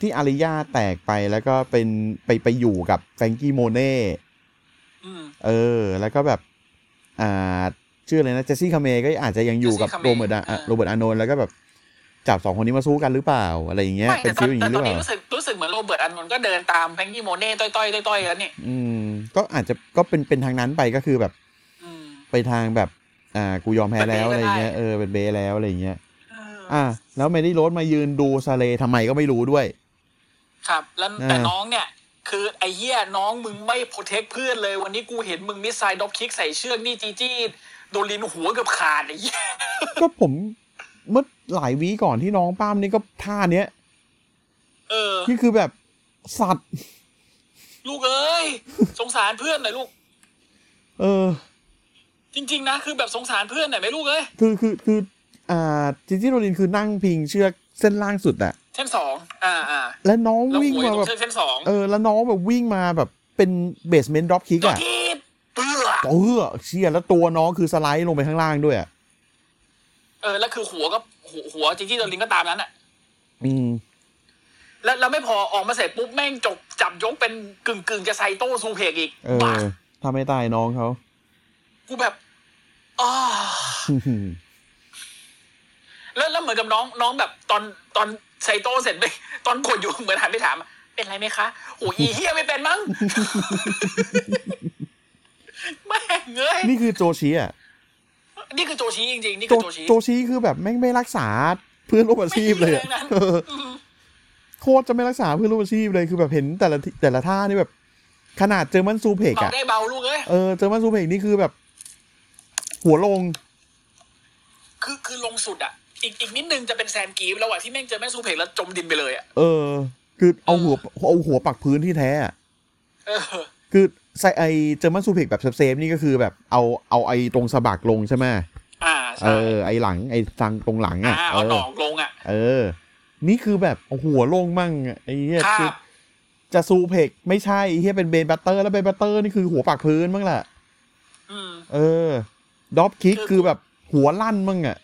[SPEAKER 1] ที่อาริยาแตกไปแล้วก็เป็นไปไปอยู่กับแฟรงกี้โมเน่
[SPEAKER 2] อืม
[SPEAKER 1] เออ แล้วก็แบบ อ่า ชื่ออะไรนะ เจสซี่คาเมก็อาจจะยังอยู่กับ
[SPEAKER 2] Jesse
[SPEAKER 1] โร
[SPEAKER 2] Kamei
[SPEAKER 1] เบิร์ตอะ
[SPEAKER 2] อ่า
[SPEAKER 1] โรเบิร์ตอาโนนแล้วก็แบบ จับสองคนนี้มาสู้กันหรือเปล่า อะไรอย่างเงี้ย
[SPEAKER 2] ไม่
[SPEAKER 1] เป็
[SPEAKER 2] แต่
[SPEAKER 1] น
[SPEAKER 2] ตอ
[SPEAKER 1] ฟิล
[SPEAKER 2] น
[SPEAKER 1] อย่าง
[SPEAKER 2] แต่
[SPEAKER 1] นี้ห
[SPEAKER 2] ต
[SPEAKER 1] รือ อนเป
[SPEAKER 2] นี้
[SPEAKER 1] ล่า
[SPEAKER 2] รู้สึกรู้สึกเหมือนโรเบิร์ตอันนนท์ก็เดินตามแพงกี้โมเน่ต้อยต้อยๆต้อยๆแล้วนี่
[SPEAKER 1] อืม ก็อาจจะก็เป็นเป็นทางนั้นไปก็คือแบบ
[SPEAKER 2] อืม
[SPEAKER 1] ไปทางแบบ อ่า กูยอมแพ้แล้ว
[SPEAKER 2] เป็
[SPEAKER 1] อะ
[SPEAKER 2] น
[SPEAKER 1] ไร
[SPEAKER 2] เบ
[SPEAKER 1] อ
[SPEAKER 2] ก็ได้
[SPEAKER 1] ย่างเงี้ย เออ เป็นเบสแล้วอะไรอย่างเงี้ย
[SPEAKER 2] เออ
[SPEAKER 1] อ่ะแล้วเมดี้โรสมายืนดูซาเลทำไมก็ไม่รู้ด้วย
[SPEAKER 2] ครับ แล้วแต่
[SPEAKER 1] อ่า
[SPEAKER 2] น้องเนี่ย คือไอ้เหี้ยน้องมึงไม่โปรเทคเพื่อนเลย วันนี้กูเห็นมึงมิสไซด์ด็อกคิกใส่เชือกนี่จีจี้โดนลิ้นหัวเกือบขาดไอ้เหี้ย
[SPEAKER 1] ก็ผมเมื่อหลายวีก่อนที่น้องป้ามนี่ก็ท่าเนี้ย
[SPEAKER 2] เออ
[SPEAKER 1] นี่คือแบบสัตว์
[SPEAKER 2] ลูกเอ้ยสงสารเพื่อนหน่อยลูก
[SPEAKER 1] เออ
[SPEAKER 2] จริง ๆ นะ คือแบบสงสารเพื่อนหน่อยไหมลูกเอ้ย
[SPEAKER 1] คือคือคืออ่าจิจิโรลินคือนั่งพิงเชือกเส้นล่างสุดอะ
[SPEAKER 2] เส้นสองอ่าอ่า
[SPEAKER 1] และน้อง
[SPEAKER 2] แล้ว
[SPEAKER 1] วิ่ง
[SPEAKER 2] หัวอ
[SPEAKER 1] มา
[SPEAKER 2] ยู่
[SPEAKER 1] แบบ
[SPEAKER 2] ตรงเชือกเส้นสอง
[SPEAKER 1] เออ แล้วน้องแบบวิ่งมาแบบเป็นเบสเมนต์ดรอปคิก
[SPEAKER 2] ตัว
[SPEAKER 1] อะ
[SPEAKER 2] ทีเปลือก
[SPEAKER 1] เออเชี่ยแล้วตัวน้องคือสไลด์ลงไปข้างล่างด้วยอะ
[SPEAKER 2] เออแล้วคือหัวก็หัวหัวจริงๆตอนลิงก็ตามนั้นอ่ะ
[SPEAKER 1] อืม
[SPEAKER 2] แล้วแล้วไม่พอออกมาเสร็จปุ๊บแม่งจบจับยกเป็นกึ่งกึ่งๆจะไซโต้ซูเพกอีก
[SPEAKER 1] เอ
[SPEAKER 2] บ้า
[SPEAKER 1] อถ้าไม่ตายน้องเขา
[SPEAKER 2] [laughs] กูแบบอ๋อ แล้วแล้วเหมือนกับน้องน้องแบบตอนตอนไซโตเสร็จไปตอนกดอยู่เหมือนหันไปถาม เป็นไรไหมคะโอ้ยอีเฮียไม่เป็น
[SPEAKER 1] [laughs]
[SPEAKER 2] มั้ง แม่งเงย
[SPEAKER 1] นี่คือโจชีอ่ะ
[SPEAKER 2] นี่คือโจชีจริงๆ นี่
[SPEAKER 1] โจ
[SPEAKER 2] คือโจชี
[SPEAKER 1] โจชีคือแบบแม่งไม่รักษาเพื่อนร่วมอาชีพเลยอะ
[SPEAKER 2] ไม่มีเลยนะ
[SPEAKER 1] เออโคตรจะไม่รักษาเพื่อนร่วมอาชีพเลยคือแบบเห็นแต่ละทีแต่ละท่านี่แบบ ขนาดเจอมันซูเพก
[SPEAKER 2] เบา
[SPEAKER 1] อ่ะ
[SPEAKER 2] ได้เบาลูกเอ้ย
[SPEAKER 1] เออเจอมันซูเพกนี่คือแบบ หัวลง
[SPEAKER 2] คือคือลงสุดอ่ะ อีกอีกนิดนึงจะเป็นแซนกรีฟแล้วอะที่แม่งเจอแม่งซูเพกแล้วจมดินไปเลยอ่ะ
[SPEAKER 1] เออ คือเอาหัวเอาหัวปักพื้นที่แท้อะ
[SPEAKER 2] เออ
[SPEAKER 1] คือไซไอเจอมันซูเพกแบบเซฟๆนี่ก็คือแบบเอาเอาไอตรงสะบักลงใช่ไหม
[SPEAKER 2] อ่า
[SPEAKER 1] เอ
[SPEAKER 2] ใช่
[SPEAKER 1] อไอหลังไอทางตรงหลังอ่ะ
[SPEAKER 2] อ่าเอาหน
[SPEAKER 1] เอ
[SPEAKER 2] อ
[SPEAKER 1] อ
[SPEAKER 2] กลงอ่ะ
[SPEAKER 1] เออ นี่คือแบบเอาหัวลงมั่งอะไอ้เหี้ย
[SPEAKER 2] ครั
[SPEAKER 1] คือบ จะซูเพกไม่ใช่ไอ้เหี้ยเป็นเบนบัตเตอร์แล้วเบนบัตเตอร์นี่คือหัวปากพื้นมั่งแหละ
[SPEAKER 2] อืม
[SPEAKER 1] เออดอปคิกคือแบบหัวลั่นมั่งอ่ะ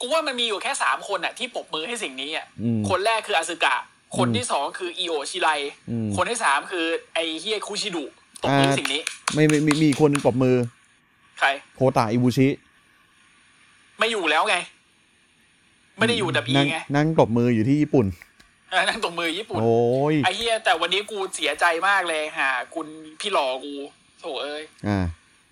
[SPEAKER 2] กูว่ามันมีอยู่แค่สามคนอ่ะ ที่ปรบมือให้สิ่งนี้อ่ะ
[SPEAKER 1] อืม
[SPEAKER 2] คนแรกคืออาสึกะ คนที่สองคืออีโอชิไล
[SPEAKER 1] อืม
[SPEAKER 2] คนที่สามคือไอเฮียคุชิดุตบมืออา สิ่งนี้
[SPEAKER 1] ไม่ไม่มีมีอีกคนหนึงปรบมือ
[SPEAKER 2] ใคร
[SPEAKER 1] โคตาอิบุชิ
[SPEAKER 2] ไม่อยู่แล้วไง ไม่ได้อยู่ดับอี
[SPEAKER 1] นั่ง
[SPEAKER 2] ไง
[SPEAKER 1] นั่งปรบมืออยู่ที่ญี่ปุ่น
[SPEAKER 2] เออนั่งตบมือญี่ปุ่น
[SPEAKER 1] โอ้ย
[SPEAKER 2] ไอเฮียแต่วันนี้กูเสียใจมากเลยฮะคุณพี่หล่อกูโถเอ้ย
[SPEAKER 1] อ่า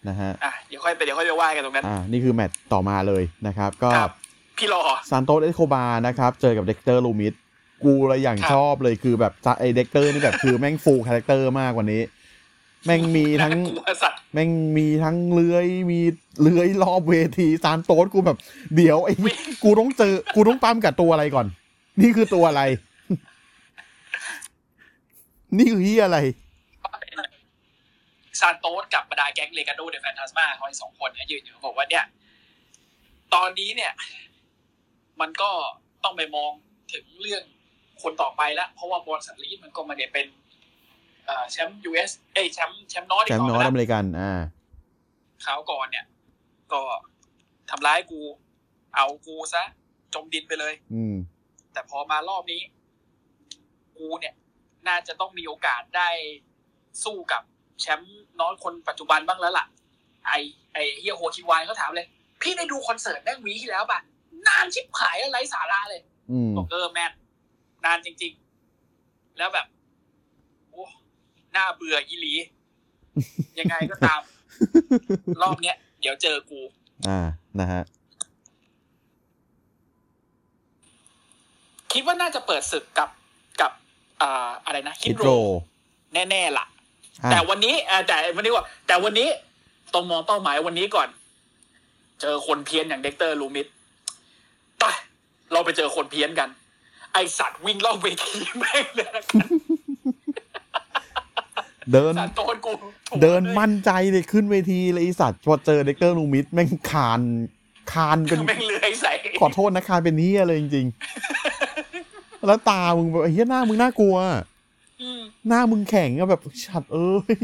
[SPEAKER 1] นะฮะ
[SPEAKER 2] อ่ะ เดี๋ยวค่อยไปเดี๋ยวค่อยไปว่ากันตรงนั้น
[SPEAKER 1] อ่า นี่คือแมตตช์ต่อมาเลยนะครับ ก็
[SPEAKER 2] ครับ พี่หล่อ
[SPEAKER 1] ซานโตสเอสโคบานะครับ เจอกับเด็กเตอร์ลูมิสกูเลยอย่าง
[SPEAKER 2] ครับ
[SPEAKER 1] ชอบเลยคือแบบไอเด็กเตอร์นี่แบบคือแม่งฟูลคาแรคเตอร์มากกว่านี้ แม่งมีทั้ง
[SPEAKER 2] น่ากลัวสัตว์
[SPEAKER 1] แม่งมีทั้งเลื้อยมีเลื้อยรอบเวทีซานโต๊ดกูแบบ เดี๋ยวไอ้
[SPEAKER 2] วิ่ง
[SPEAKER 1] กูต้องเจอ กูต้องปั้มกับตัวอะไรก่อน นี่คือตัวอะไร [laughs] นี่คือที่อะไร
[SPEAKER 2] ซานโตสกับบรรดาแก๊งเลกาโดเดอะแฟนตาสมาเขาอีกสองคนเนี่ยยืนอยู่บอกว่าเนี่ย ตอนนี้เนี่ย มันก็ต้องไปมองถึงเรื่องคนต่อไปละเพราะว่าบอลสันลีดมันก็ไมาเนี่ยเป็นเอ่อแชมป์ยูเอสเอ้ยแชมป์แชมป์นอร์
[SPEAKER 1] แช
[SPEAKER 2] ดีก
[SPEAKER 1] มป์
[SPEAKER 2] ต่
[SPEAKER 1] นอ
[SPEAKER 2] อไป
[SPEAKER 1] ต
[SPEAKER 2] แล้ว
[SPEAKER 1] อเมริกัน อ่า
[SPEAKER 2] ขาวก่อนเนี่ย ก็ทำร้ายกู เอากูซะ จมดินไปเลย
[SPEAKER 1] อืม
[SPEAKER 2] แต่พอมารอบนี้ กูเนี่ย น่าจะต้องมีโอกาสได้สู้กับแชมป์น้อยคนปัจจุบันบ้างแล้วล่ะ ไอไอเฮียโฮคิวายเขาถามเลย พี่ได้ดูคอนเสิร์ตแม่งวีที่แล้วป่ะ นานชิบหายแล้วไร้สาระเลย
[SPEAKER 1] อืม
[SPEAKER 2] บอกเออแมนนานจริง ๆ แล้วแบบ โอ้หน้าเบื่ออีหลี ยังไงก็ตาม
[SPEAKER 1] [laughs]
[SPEAKER 2] รอบเนี้ย เดี๋ยวเจอกู
[SPEAKER 1] อ่า นะฮะ
[SPEAKER 2] คิดว่าน่าจะเปิดศึกกับกับอ่าอะไรนะฮิ
[SPEAKER 1] ฮิ
[SPEAKER 2] โร
[SPEAKER 1] โร
[SPEAKER 2] แน่ๆล่ะ
[SPEAKER 1] อ่ะ
[SPEAKER 2] แต่วันนี้เอ่อแต่วันนี้ว่า แต่วันนี้ต้องมองเป้าหมายวันนี้ก่อน เจอคนเพี้ยนอย่างเด็กเตอร์ลูมิดไปเราไปเจอคนเพี้ยนกัน ไอสัตว์วิ่งรอบเวทีแม่งเลยนะ
[SPEAKER 1] เดิน
[SPEAKER 2] สัตว์โตนกูถูก
[SPEAKER 1] เดิน
[SPEAKER 2] ลย
[SPEAKER 1] มั่นใจเลยขึ้นเวทีเลยไอ้สัตว์พอเจอเด็กเตอร์ลูมิสแม่งคาน คานเป็น
[SPEAKER 2] แม่งเลื้อยใส่
[SPEAKER 1] ขอโทษนะคานเป็นนี้ยเลยจริง
[SPEAKER 2] [laughs]
[SPEAKER 1] ๆ แล้วตามึงแบบไอ้เฮียหน้ามึงน่ากลัว
[SPEAKER 2] อืม
[SPEAKER 1] หน้ามึงแข็งอะแบบฉัดเอ้ย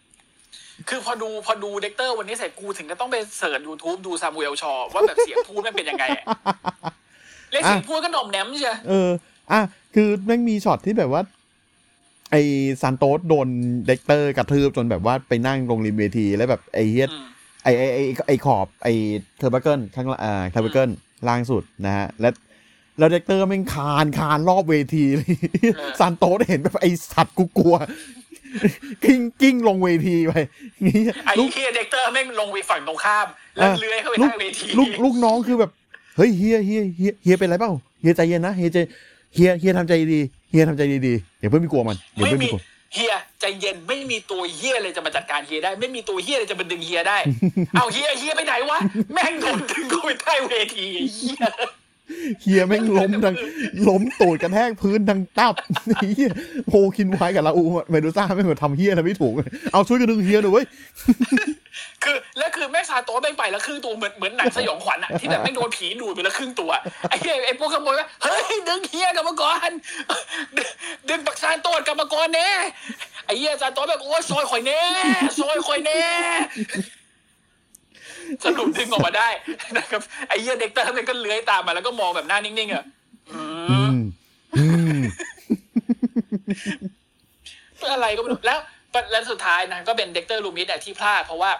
[SPEAKER 1] [laughs]
[SPEAKER 2] คือพอดูพอดูเด็กเตอร์วันนี้เสร็จกูถึงก็ต้องไปเสิร์ช YouTube ดูซามูเอลชอว่าแบบเสียงพูดแม่งเป็นยังไงอะและเสียงพูดก็หน่อมแหนมเชียว
[SPEAKER 1] เออ อ่ะ คือแม่งมีช็อตที่แบบว่า ไอซานโตสโดนเด็กเตอร์กระทืบจนแบบว่าไปนั่งลงริมเวทีแล้วแบบไอเฮีย
[SPEAKER 2] อืม
[SPEAKER 1] ไอไอไอไอขอบไอเทอร์เบเกิลข้างล่างอ่าเทอร์เบเกิลล่างสุดนะฮะ และแล้วเด็กเตอร์แม่งคานคานรอบเวทีเลย
[SPEAKER 2] เออ
[SPEAKER 1] [laughs] ซานโตสเห็นแบบไอสัตว์กูกลัว กิ้งกิ้งลงเวทีไปนี่
[SPEAKER 2] ไอ้
[SPEAKER 1] ลูก
[SPEAKER 2] เฮียเด็กเตอร์แม่งลงไปฝั่งตรงข้าม แล้วเลื้อยเข้าไป
[SPEAKER 1] ลู
[SPEAKER 2] ใต้
[SPEAKER 1] ก
[SPEAKER 2] เวที
[SPEAKER 1] ลูกลูกน้องคือแบบ เฮ้ยเฮียเฮียเฮียเฮียเป็นไรเปล่าเฮียใจเย็นนะเฮียใจเฮียเฮียทำใจดีเฮียทำใจดีๆอย่าเพิ่งไปกลัวมันอย่า
[SPEAKER 2] ไม่
[SPEAKER 1] เพิ่งไป
[SPEAKER 2] มี
[SPEAKER 1] กลัว
[SPEAKER 2] เฮียใจเย็นไม่มีตัวเฮียเลยจะมาจัดการเฮียได้ ไม่มีตัวเฮียเลยจะมาดึงเฮียได้ เอาเฮียเฮียไปไหนวะแม่งโดนดึงเข้าไปใต้เวทีไอ้เฮีย
[SPEAKER 1] เฮียแม่งล้มดังล้มตูดกระแทกพื้นดังตับ [laughs] เฮียโพคินไว้กับลาอูเมดูซ่าแม่งแบบทำเฮียอะไรไม่ถูกเอาช่วยกันดึงเฮียหน่อยเว้ย
[SPEAKER 2] คือแล้วคือแม่งซาโตะแม่งไปแล้วครึ่งตัวเหมือนเหมือนหนังสยองขวัญอะที่แบบแม่งโดนผีดูดไปแล้วครึ่งตัวไอ้เฮียไอ้พวกขโมยว่าเฮ้ยดึงเฮียกรรมกรดึง [laughs] ดึงปักซานโตะกรรมกรแน่ไอ้เฮียซาโตะแบบโอ้ยซอยข่อยแน่ซอยข่อยแน่สรุปดึงออกมาได้ [laughs] นะครับไอ้เฮียเด็กเตอร์มันก็เลื้อยตามมาแล้วก็มองแบบหน้านิ่งๆอะ
[SPEAKER 1] อืมอืม
[SPEAKER 2] อะไรก็ไม่รู้แล้วแล้วสุดท้ายนะก็เป็นเด็กเตอร์ลูมิสอะที่พลาดเพราะว่า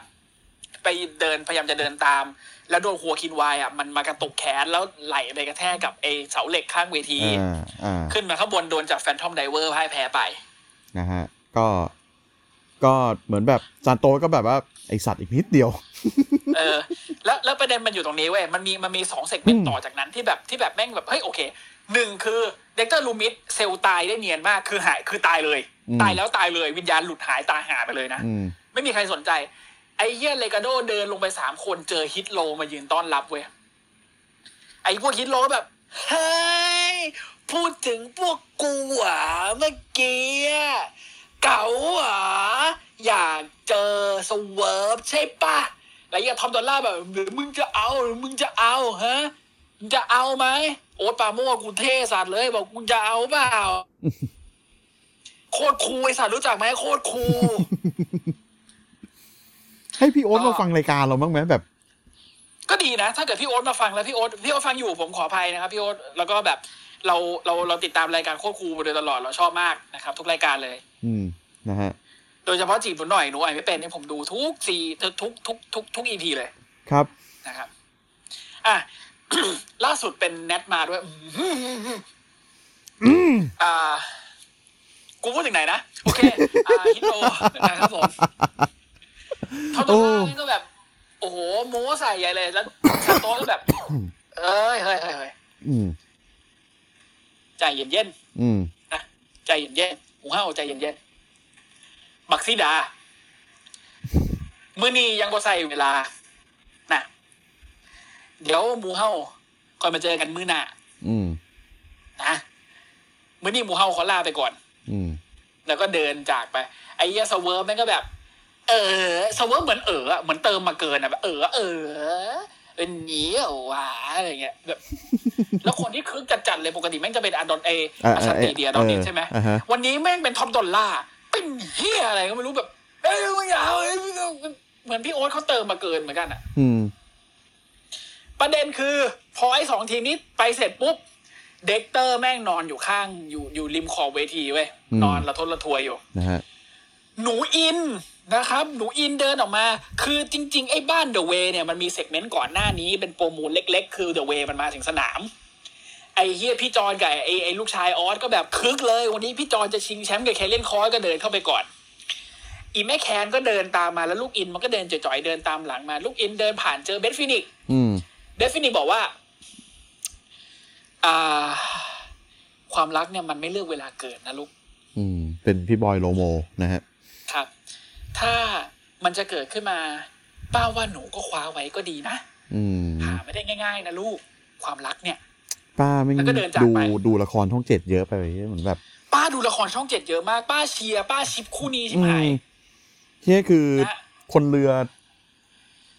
[SPEAKER 2] ไปเดินพยายามจะเดินตาม แล้วโดนหัวคินวายอ่ะมันมากระตุกแขนแล้วไหลไปกระแทกกับไอเสาเหล็กข้างเวที
[SPEAKER 1] อ่าอ่า
[SPEAKER 2] ขึ้นมาข้างบนโดนจากแฟนทอมไดเวอร์พ่ายแพ้ไป
[SPEAKER 1] นะฮะ ก็ ก็เหมือนแบบซานโตก็แบบว่า ไอสัตว์อีกนิดเดียว
[SPEAKER 2] เออแล้วแล้วประเด็นมันอยู่ตรงนี้เว้ยมันมีมันมีสองเซกเมนต์ต่อจากนั้นที่แบบที่แบบแม่งแบบเฮ้ยโอเคหนึ่งคือเด็กเตอร์ลูมิสเซลล์ตายได้เนียนมากคือหายคือตายเลย
[SPEAKER 1] อืม
[SPEAKER 2] ตายแล้วตายเลยวิญญาณหลุดหายตายหาไปเลยนะ
[SPEAKER 1] อืม
[SPEAKER 2] ไม่มีใครสนใจ ไอ้เฮียเลกาโดเดินลงไปสามคนเจอฮิตโลมายืนต้อนรับเว้ย ไอ้พวกฮิตโลก็แบบ เฮ้ย พูดถึงพวกกูเหวะเมื่อกี้อะเก๋าเหวะอยากเจอสเวิร์ฟใช่ปะแล้วไอ้เหี้ยทอมดอลล่าร์แบบหรือมึงจะเอาหรือมึงจะเอาฮะมึงจะเอาไหมโอ๊ตปาโมกกูเท่สัตว์เลย บอกกูจะเอาเปล่า โคตรคูลไอสัตว์รู้จักไหมโคตรคูล
[SPEAKER 1] ให้พี่โอ๊ต
[SPEAKER 2] ก็
[SPEAKER 1] มาฟังรายการเราบ้างไหมแบบ
[SPEAKER 2] ก็ดีนะ ถ้าเกิดพี่โอ๊ตมาฟังแล้วพี่โอ๊ตพี่โอ๊ตฟังอยู่ผมขออภัยนะครับพี่โอ๊ตแล้วก็แบบเราเราเราติดตามรายการโคตรครูมาโดยตลอดเราชอบมากนะครับ ทุกรายการเลย
[SPEAKER 1] อืม นะฮะ
[SPEAKER 2] โดยเฉพาะจีบหนูหน่อยหนูอ่านไม่เป็นเนี่ยผมดูทุกซีทุกทุกทุกทุกทุกอีพีเลย
[SPEAKER 1] ครับ
[SPEAKER 2] นะครับ อ่ะ [coughs] ล่าสุดเป็นแนทมาด้วย [laughs] อื้อหืออ่า กูพูดถึงไหนนะ โอเค อ่าฮิตโตนะครับผม เขาตัวล่างนี่ก็แบบ โอ้โหโม้ใส่ใหญ่เลย แล้ว [coughs] ซาโต้ก็แบบ เอ้ยเฮ้ยเฮ้ยเฮ้ย
[SPEAKER 1] อืม
[SPEAKER 2] ใจเย็นเย็น
[SPEAKER 1] อืม
[SPEAKER 2] ๆนะใจเย็นเย็นๆหูห้าวใจเย็นเย็นๆบักซิดา มือนี้ยังบ่ใส่เวลา นะ เดี๋ยวหมูเฮาก่อนมาเจอกันมือหน้า
[SPEAKER 1] อืม
[SPEAKER 2] นะมือนี้หมูเฮาขอลาไปก่อน
[SPEAKER 1] อืม
[SPEAKER 2] แล้วก็เดินจากไป ไอ้เหี้ยสเวิร์ฟแม่งก็แบบ เออสเวิร์ฟเหมือนเอออะเหมือนเติมมาเกินอะแบบเออเออเป็นหนี้เหรอวะอะไรเงี้ยแบบ [laughs] แล้วคนที่คึกจัดๆเลยปกติแม่งจะเป็นอดอนเอ
[SPEAKER 1] อ่า
[SPEAKER 2] อาชันตีเดียดอนเอใช่ไหม
[SPEAKER 1] อ่าฮะ
[SPEAKER 2] วันนี้แม่งเป็นทอมดอลล่าร์เป็นเฮียอะไรก็ไม่รู้แบบเอ้ยไม่เอาเอ้ยเหมือนพี่โอ๊ตเขาเติมมาเกินเหมือนกันอะ
[SPEAKER 1] อืม
[SPEAKER 2] ประเด็นคือพอไอ้สองทีมนี้ไปเสร็จปุ๊บ เด็กเตอร์แม่งนอนอยู่ข้างอยู่อยู่ริมขอบเวทีเว้ย
[SPEAKER 1] อืม
[SPEAKER 2] นอนระทนระทวยอยู่
[SPEAKER 1] นะฮะ
[SPEAKER 2] หนูอินนะครับ หนูอินเดินออกมา คือจริง ๆ ไอ้บ้านเดอะเวย์เนี่ยมันมีเซกเมนต์ก่อนหน้านี้เป็นโปรโมูลเล็ก ๆ คือเดอะเวย์มันมาถึงสนาม ไอ้เฮียพี่จอนกับไอ้ไอ้ลูกชายออสก็แบบคึกเลย วันนี้พี่จอนจะชิงแชมป์กับแคลเลนคอยก็เดินเข้าไปก่อน อีแม่แคนก็เดินตามมาแล้วลูกอินมันก็เดินจ่อยๆเดินตามหลังมา ลูกอินเดินผ่านเจอเบสฟินิกซ์
[SPEAKER 1] อืม
[SPEAKER 2] เดฟฟินิบอกว่าอ่า ความรักเนี่ยมันไม่เลือกเวลาเกิดนะลูก
[SPEAKER 1] อืม เป็นพี่บอยโลโม นะฮะ
[SPEAKER 2] ครับ ถ้ามันจะเกิดขึ้นมาป้าว่าหนูก็คว้าไว้ก็ดีนะ
[SPEAKER 1] อืม
[SPEAKER 2] หาไม่ได้ง่าย ๆ นะลูก ความรักเนี่ย
[SPEAKER 1] ป้าไม่ง
[SPEAKER 2] แล้วก็เดินจาก
[SPEAKER 1] ดู
[SPEAKER 2] ไป
[SPEAKER 1] ดูละครช่องเจ็ดเยอะไปเหมือนแบบ
[SPEAKER 2] ป้าดูละครช่องเจ็ดเยอะมาก ป้าเชียร์ป้าชิปคู่นี้ชิบหาย
[SPEAKER 1] อืมที่คือ
[SPEAKER 2] นะ
[SPEAKER 1] คนเรือ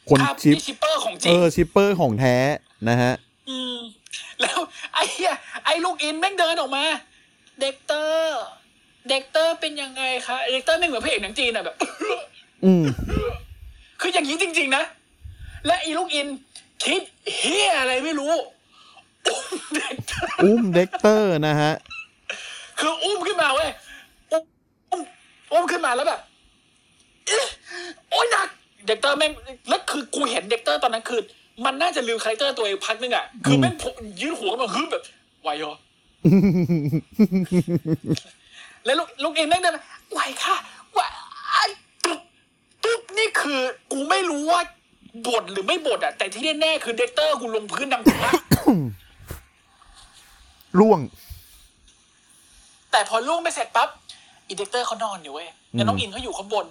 [SPEAKER 1] คน
[SPEAKER 2] ครับ
[SPEAKER 1] ชิป
[SPEAKER 2] นี่ชิปเปอร์ของจ
[SPEAKER 1] เอ
[SPEAKER 2] ริง
[SPEAKER 1] อ ชิปเปอร์ของแท้นะฮะ
[SPEAKER 2] อืมแล้วไอ้เหี้ยไอ้ลูกอินแม่งเดินออกมา เด็กเตอร์ เด็กเตอร์เป็นยังไงคะเด็กเตอร์ไม่งเหมือนพระเอกหนังจีนอะแบบ [coughs]
[SPEAKER 1] อืม
[SPEAKER 2] คืออย่างนี้จริง ๆ นะ และอีลูกอิน คิดเฮียอะไรไม่รู้ [coughs]
[SPEAKER 1] อุ้มเด็กเตอร์นะฮะ
[SPEAKER 2] คืออุ้มขึ้นมาเว้ยอุ้มอุ้มอุ้มขึ้นมาแล้วแบบเอ๊ะโอ๊ยหนัก เด็กเตอร์แม่งแล้วคือกูเห็นเด็กเตอร์ตอนนั้นคือ มันน่าจะลืมคาแรคเตอร์ตัวเองพักนึงอ่ะ คือแม่งยืดหัวกันมาฮึบแบบไหวเหรอ [laughs] แล้วลูกลูกเองแม่งเดินมาไหวค่ะไหวอ่ะตุ๊บตุ๊บนี่คือกูไม่รู้ว่าบทหรือไม่บทอ่ะ แต่ที่แน่ๆคือเด็กเตอร์กูลงพื้นดังมาก
[SPEAKER 1] ร่วง
[SPEAKER 2] แต่พอล่วงไปเสร็จปั๊บอีเด็กเตอร์เขานอนอยู่เว้ยแล้วน้อง
[SPEAKER 1] อืม
[SPEAKER 2] อินเขาอยู่ข้างบน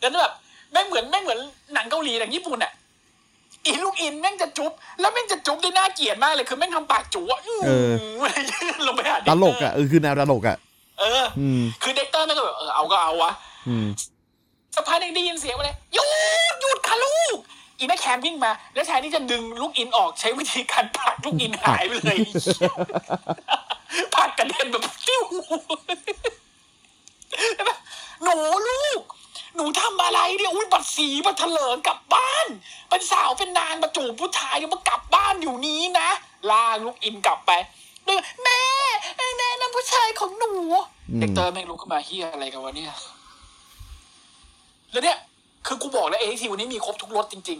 [SPEAKER 2] แล้วแบบแม่งเหมือนแม่งเหมือนหนังเกาหลีหนังญี่ปุ่นอ่ะอีลูกอินแม่งจะจุ๊บแล้วแม่งจะจุ๊บได้น่าเกลียดมากเลยคือแม่งทำปากจุ๊อะอื้อยื่นลงไปหาเด็
[SPEAKER 1] ต
[SPEAKER 2] เร์
[SPEAKER 1] ลกอ่ะเออคือแนวตลกอ่ะ
[SPEAKER 2] เอออ
[SPEAKER 1] อืม
[SPEAKER 2] คือเด็กเตอร์แม่งก็แบบเออเอาก็เอาวะ
[SPEAKER 1] อืม
[SPEAKER 2] สักพักหนึงได้ยินเสียงมาเลยหยุดหยุดค่ะลูกอีแม่แคมวิ่งมา แล้วแทนที่จะดึงลูกอินออกใช้วิธีการผลักลูกอินหายไปเลย [laughs] ผลักกระเด็นแบบ [laughs] ติ้ว หนูลูก หนูทำอะไรเนี่ยอุ้ยบัดสีบัดเถลิงกลับบ้าน เป็นสาวเป็นนางมาจูบผู้ชายเดี๋ยวมากลับบ้านอยู่นี้นะลากลูกอินกลับไปด้วยแม่แม่นั่นผู้ชายของหนู โหเด็กเตอร์แม่งลุกขึ้นมาเฮียอะไรกันวะเนี่ย แล้วเนี่ย คือกูบอกแล้วเอทีวันนี้มีครบทุกรสจริง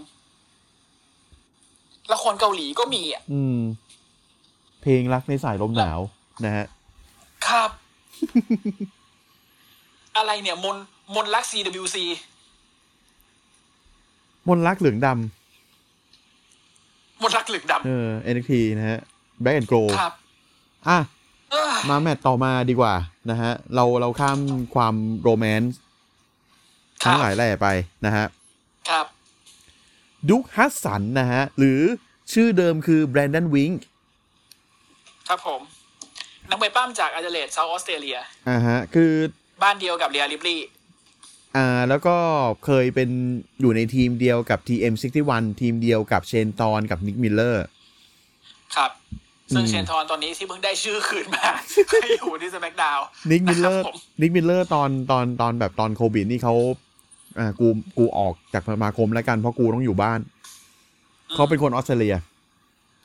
[SPEAKER 2] ๆ ละครเกาหลีก็มีอ่ะ
[SPEAKER 1] อืม เพลงรักในสายลมหนาวนะฮะ
[SPEAKER 2] ครับ [laughs] อะไรเนี่ยมนมนลัก CWC
[SPEAKER 1] มนต์รักเหลืองด
[SPEAKER 2] มนลักหลึก
[SPEAKER 1] ำเอ
[SPEAKER 2] ดำ
[SPEAKER 1] อ NXT นะฮะ Black and Gold
[SPEAKER 2] ครับ
[SPEAKER 1] อ่ะ
[SPEAKER 2] เอ้ย
[SPEAKER 1] มาแมตต์ต่อมาดีกว่านะฮะ เราเราข้ามความโรแมนต์
[SPEAKER 2] ครั
[SPEAKER 1] ทั้
[SPEAKER 2] บ
[SPEAKER 1] งหลายแหล่ไปนะฮะ
[SPEAKER 2] ครับ
[SPEAKER 1] ดุกฮัสสันนะฮะ หรือชื่อเดิมคือแบรนด o นวิง
[SPEAKER 2] ครับผมนักมวยปล้ำจากอาเดเลดเซาท์ออสเตรเลีย
[SPEAKER 1] อ่าฮะ คือ
[SPEAKER 2] บ้านเดียวกับเรียลิบลี่
[SPEAKER 1] อ่า แล้วก็เคยเป็นอยู่ในทีมเดียวกับ TM61 ทีมเดียวกับเชนตอนกับนิกมิลเลอร์
[SPEAKER 2] ครับ ซึ่ง
[SPEAKER 1] อืม
[SPEAKER 2] เชนทอนตอนนี้ที่เพิ่งได้ชื่อคืนมา [laughs] ก็อยู่ที่ส c k กดาว
[SPEAKER 1] นิกมิลเลอร์
[SPEAKER 2] ครับผม
[SPEAKER 1] นิกมิลเลอร์ตอนตอนตอนแบบตอนโควิดนี่เขาอ่ากูกูออกจากสมาคมแล้วกัน เพราะกูต้องอยู่บ้าน เขาเป็นคนออสเตรเลีย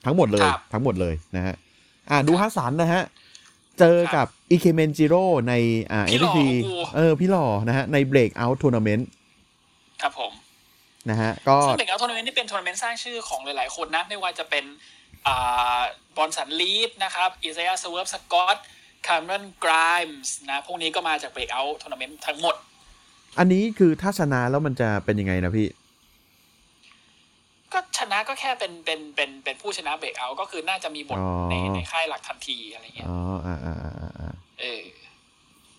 [SPEAKER 1] ทั้งหมดเลย
[SPEAKER 2] ครับ
[SPEAKER 1] ทั้งหมดเลยนะฮะ อ่าดูฮัสสันนะฮะ เจอกับอิเคเมนจิโร่ในอ่า
[SPEAKER 2] พี่
[SPEAKER 1] เอ
[SPEAKER 2] หล่อ
[SPEAKER 1] ที
[SPEAKER 2] ของกู
[SPEAKER 1] เออ พี่หล่อนะฮะ ในเบรกเอาท์ทัวร์นาเมนต์
[SPEAKER 2] ครับผม
[SPEAKER 1] นะฮะ ก็
[SPEAKER 2] ซึ่งเด็กเอาทัวร์นาเมนต์นี่เป็นทัวร์นาเมนต์สร้างชื่อของหลาย ๆ คนนะ ไม่ว่าจะเป็นอ่าบอลสันลีฟนะครับอิซายาสเวิร์ฟสกอตคาร์มอนกรายมส์นะ พวกนี้ก็มาจากเบรกเอาทัวร์นาเมนต์ทั้งหมด
[SPEAKER 1] อันนี้คือถ้าชนะแล้วมันจะเป็นยังไงนะพี่
[SPEAKER 2] ก็ชนะก็แค่เป็นเป็นเป็นเป็นผู้ชนะเบรกเอาก็คือน่าจะมีบท
[SPEAKER 1] อ๋อ
[SPEAKER 2] ในในค่ายหลักทันทีอะไรเงี้ย
[SPEAKER 1] อ๋ออ่าอ่าอ่าอ่า
[SPEAKER 2] เออ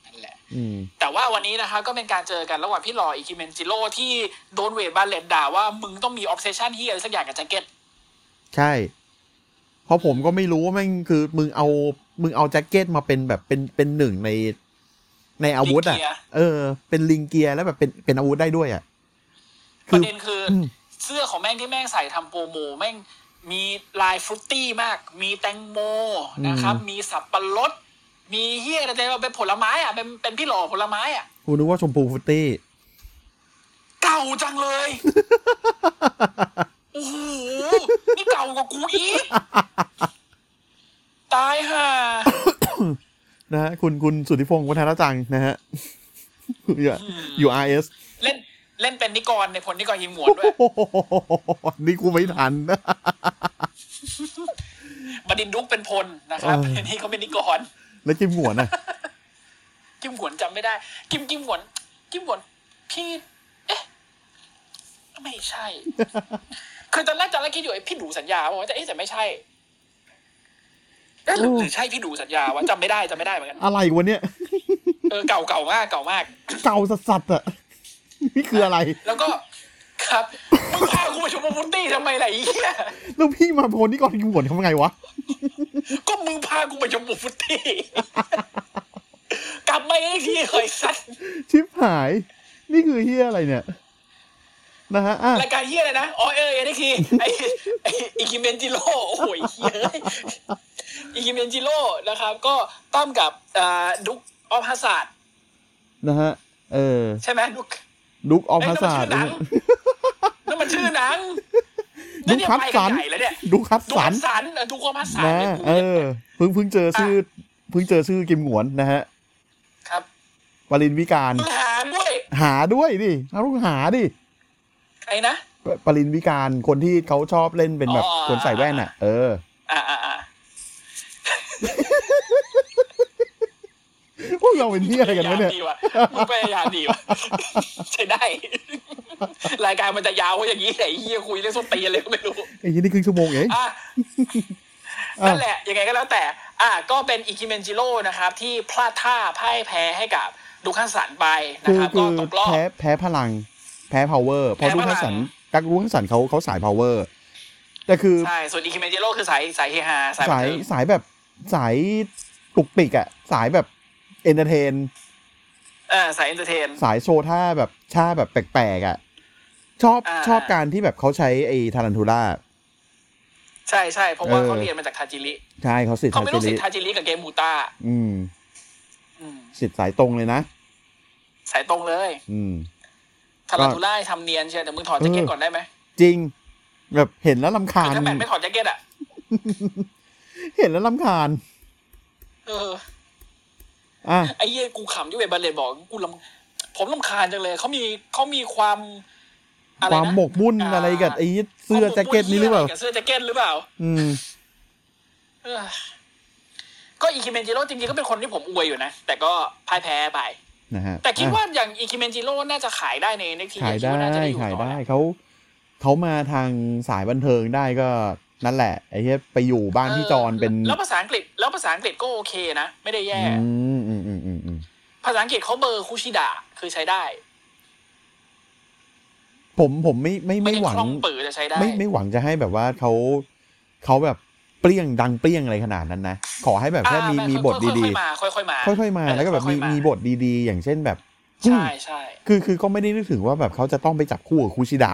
[SPEAKER 2] นั่นแหละ
[SPEAKER 1] อืม
[SPEAKER 2] แต่ว่าวันนี้นะคะก็เป็นการเจอกันระหว่างพี่หล่ออิคิเมนจิโร่ที่โดนเวทบาเลตด่าว่ามึงต้องมีออ s เซชันที่อะไรสักอย่างกับแจ็คเก็ต
[SPEAKER 1] ใช่ เพราะผมก็ไม่รู้ว่าแม่งคือมึงเอา มึงเอาแจ็คเก็ตมาเป็นแบบเป็นเป็นหนึ่งในในอาวุธอ่ะ
[SPEAKER 2] ลิงเกียร์
[SPEAKER 1] เออ เป็นลิงเกียร์แล้วแบบเป็นเป็นอาวุธได้ด้วยอ่ะ
[SPEAKER 2] ประเด็นคืออเสื้อของแม่งที่แม่งใส่ทำโปรโมแม่งมีลายฟรุตตี้มาก มีแตงโมนะครับ มีสับปะรด มีเฮียอะไรๆว่าเป็นผลไม้อ่ะเป็นเป็นพี่หล่อผลไม้อ่ะ
[SPEAKER 1] กูนึกว่าชมพูฟุตตี้
[SPEAKER 2] เก่าจังเลย
[SPEAKER 1] [laughs]
[SPEAKER 2] โอ้โห นี่เก่ากว่ากูอีก ตายห่า
[SPEAKER 1] นะฮะคุณคุณสุทธิพงศ์วัฒนจังนะฮ [laughs] ะ อยู่อยู่ RS
[SPEAKER 2] เล่นเล่นเป็นนิกรในผลนิกรยิมหมวนด้วย
[SPEAKER 1] โอ้โห [laughs] นี่กูไม่ทัน [laughs] นะ
[SPEAKER 2] บดินทร์ดุกเป็นพลนะครับ
[SPEAKER 1] เออ
[SPEAKER 2] [laughs] อันนี้เขาเป็นนิกร
[SPEAKER 1] แล้วจิมหวนอ่ะ
[SPEAKER 2] กิมหวนจำไม่ได้ กิมกิมหวน กิมหวน พี่ เอ๊ะ ไม่ใช่ [laughs] คือตอนแรกตอนแรกคิดอยู่ไอ้พี่ดูสัญญาว่าแต่เอ๊ะแต่ไม่ใช่เอ๊ะหรือหรือใช่พี่ดูสัญญาวะจำไม่ได้จำไม่ได้เหมือนกัน
[SPEAKER 1] อะไรวะเนี่ย
[SPEAKER 2] เออเก่าเก่ามากเก่ามาก
[SPEAKER 1] เก่าสัสๆอ่ะ [laughs] นี่คืออะไร
[SPEAKER 2] แล้วก็ครับมึงพากูไปชมพูตี้ทำไมล่ะไอ้เหี้ย
[SPEAKER 1] แล้วพี่มาโพนนี่ก่อนจิมหวนทำไงวะ
[SPEAKER 2] ก็มึงพากูไปชมพูตี้ [laughs] กลับมาเองทีเฮ้ยสัตว์
[SPEAKER 1] ชิปหาย นี่คือเฮียอะไรเนี่ย นะฮะอ่ะ
[SPEAKER 2] รายการเฮียอะไรนะอ๋อเออเอ็นทีไอไอ้อิกิเมนจิโร่โอ้โหไอ้เฮียอิกิเมนจิโร่นะครับ ก็ตั้มกับอ่าดุกออฟฮัสซัด
[SPEAKER 1] นะฮะ เออ
[SPEAKER 2] ใช่ไหมดุก
[SPEAKER 1] ลุกออฟ
[SPEAKER 2] เอ้ย
[SPEAKER 1] ฮัส
[SPEAKER 2] นั่นมัน
[SPEAKER 1] ซา
[SPEAKER 2] ชื่
[SPEAKER 1] ด
[SPEAKER 2] อหนังนั่นมัน
[SPEAKER 1] ลุ
[SPEAKER 2] ชื่อหนัง
[SPEAKER 1] กฮัสสัน [laughs]
[SPEAKER 2] เยไปกัใหญ่แล้วเนี่ย
[SPEAKER 1] ลุกฮัส
[SPEAKER 2] ดุก
[SPEAKER 1] สั
[SPEAKER 2] ฮั
[SPEAKER 1] น
[SPEAKER 2] สซันเออดุกออฟฮัสซัน
[SPEAKER 1] นะ
[SPEAKER 2] เนี่ย
[SPEAKER 1] เออเพิ่งเพิ่งเจอชื่อเพิ่งเจอชื่อกิมหงวนนะฮะ
[SPEAKER 2] ครับ
[SPEAKER 1] วลินวิการ
[SPEAKER 2] มึงหาด้วย
[SPEAKER 1] หาด้วยดิเราต้องหาดิ
[SPEAKER 2] ใครนะ
[SPEAKER 1] ปปรินวิการคนที่เขาชอบเล่นเป็นแบบ
[SPEAKER 2] อ๋อ
[SPEAKER 1] คนใส่แว่นอ่ะ เออ
[SPEAKER 2] อ่าอ่าอ่า
[SPEAKER 1] พวกเราเป็นที่อะไรกันวะเนี่ย
[SPEAKER 2] พยายามดีว่ะมึงพยายามดีว่ะ [laughs] ใช่ได้ [laughs] รายการมันจะยาวกว่าอย่างนี้แต่เฮียคุยเรื่องส้นตีนอะไรก็ไม่รู้
[SPEAKER 1] ไอ้ยี่นี่ครึ่งชั่วโมงเอง
[SPEAKER 2] อ่ะ
[SPEAKER 1] อ่ะ
[SPEAKER 2] นั่นแหละ ยังไงก็แล้วแต่ อ่ะ ก็เป็นอิคิเมนจิโร่นะครับ ที่พลาดท่าพ่ายแพ้ให้กับดูคันสันไปนะ
[SPEAKER 1] คือ
[SPEAKER 2] ครับ
[SPEAKER 1] คื
[SPEAKER 2] ก็
[SPEAKER 1] อ
[SPEAKER 2] ตกรอบ
[SPEAKER 1] แพ้แพ้พลัง แพ้ power เพราะ
[SPEAKER 2] แพ้
[SPEAKER 1] ลุก
[SPEAKER 2] พลัง
[SPEAKER 1] ฮัสสันกักลุกฮัสสันเขาเขาสาย power แต่คือ
[SPEAKER 2] ใช่ ส่วนอิคิเมนจิโร่คือสายสายเฮฮาสายบั
[SPEAKER 1] สานย
[SPEAKER 2] เทิง
[SPEAKER 1] สายแบบสายปลุกปิกอะสายแบบเอนเตอร์เทน
[SPEAKER 2] เออสายเอนเตอร์เทน
[SPEAKER 1] สายโชว์ท่าแบบท่าแบบแปลกๆอะชอบ
[SPEAKER 2] อ่า
[SPEAKER 1] ชอบการที่แบบเขาใช้ไอ้ทารันทูล่า
[SPEAKER 2] ใช่ใช่เพราะว่า
[SPEAKER 1] เออ
[SPEAKER 2] เขาเรียนมาจากทาจิริ
[SPEAKER 1] ใช่เขาสิทธิ์ทา
[SPEAKER 2] เขาไม่
[SPEAKER 1] จิ
[SPEAKER 2] รู้สิ
[SPEAKER 1] ริ
[SPEAKER 2] ทธิ์ทาจิริกับเกมมูตา
[SPEAKER 1] อืม
[SPEAKER 2] อืม
[SPEAKER 1] สิทธิ์สายตรงเลยนะ
[SPEAKER 2] สายตรงเลย
[SPEAKER 1] อืม
[SPEAKER 2] ทาราทูล่าทำเนียนเชียวแต่มึงถอดแจ็คเก็ตก่อนได้ไหม
[SPEAKER 1] จริง แบบเห็นแล้วลำคา
[SPEAKER 2] คือ
[SPEAKER 1] ญ
[SPEAKER 2] ถ้าแมทไม่ถอดแจ็คเก็ตอ่ะ
[SPEAKER 1] เห็นแล้วลำคาญ
[SPEAKER 2] เออ
[SPEAKER 1] อ่ะ
[SPEAKER 2] ไอ้เหี้ยกูขำที่เวบาเลตบอกกูลำผมลำคาญจังเลยเขามีเขามีความอะไร
[SPEAKER 1] ค
[SPEAKER 2] นะ
[SPEAKER 1] วามหมกมุ่นอะไรกับไอ้เสื้อแจ็คเก็ตนี้หรือเปล่า
[SPEAKER 2] บเสื้อแจ็คเก็ตหรือเปล่า
[SPEAKER 1] อืม
[SPEAKER 2] เอ้อก็อีคิเมนจิโร่จริงๆก็เป็นคนที่ผมอวยอยู่นะ แต่ก็พ่ายแพ้ไป
[SPEAKER 1] นะฮะ
[SPEAKER 2] แต่คิด
[SPEAKER 1] อ่ะ
[SPEAKER 2] ว่าอย่างอีคิเมนจิโร่น่าจะขายได้ในในที
[SPEAKER 1] ขายได้
[SPEAKER 2] น่าจะอ
[SPEAKER 1] ขาย
[SPEAKER 2] ต่อ
[SPEAKER 1] ได้
[SPEAKER 2] นะ
[SPEAKER 1] เขาเขามาทางสายบันเทิงได้ก็นั่นแหละ ไอ้เหี้ยไปอยู่บ้านพี่จอนเป็น
[SPEAKER 2] แล้วภาษาอังกฤษแล้วภาษาอังกฤษก็โอเคนะ ไม่ได้แย่
[SPEAKER 1] อืมอืมอืมอืมอืม
[SPEAKER 2] ภาษาอังกฤษเขาเบอร์คุชิดะคือใช้ได้
[SPEAKER 1] ผมผมไม่ไม่ไม่หวัง
[SPEAKER 2] ด้คล่องปือจะใช้ได้
[SPEAKER 1] ไม่ไม่หวังจะให้แบบว่าเขาเขาแบบเปรี้ยงดังเปรี้ยงอะไรขนาดนั้นนะ ขอให้แบบแค่
[SPEAKER 2] อ่า
[SPEAKER 1] มี
[SPEAKER 2] ไม่
[SPEAKER 1] มีบท
[SPEAKER 2] ค่อยๆ
[SPEAKER 1] ดี
[SPEAKER 2] มาค่อยๆมา
[SPEAKER 1] ๆ ค่อยๆมา
[SPEAKER 2] เ
[SPEAKER 1] แล้วก็แบบ
[SPEAKER 2] ค่
[SPEAKER 1] มี
[SPEAKER 2] อยๆา
[SPEAKER 1] มีบทดีๆ อย่างเช่นแบบ
[SPEAKER 2] ใช่ใช่
[SPEAKER 1] คือคือก็ไม่ได้นึกถึงว่าแบบเขาจะต้องไปจับคู่กับคูชิดะ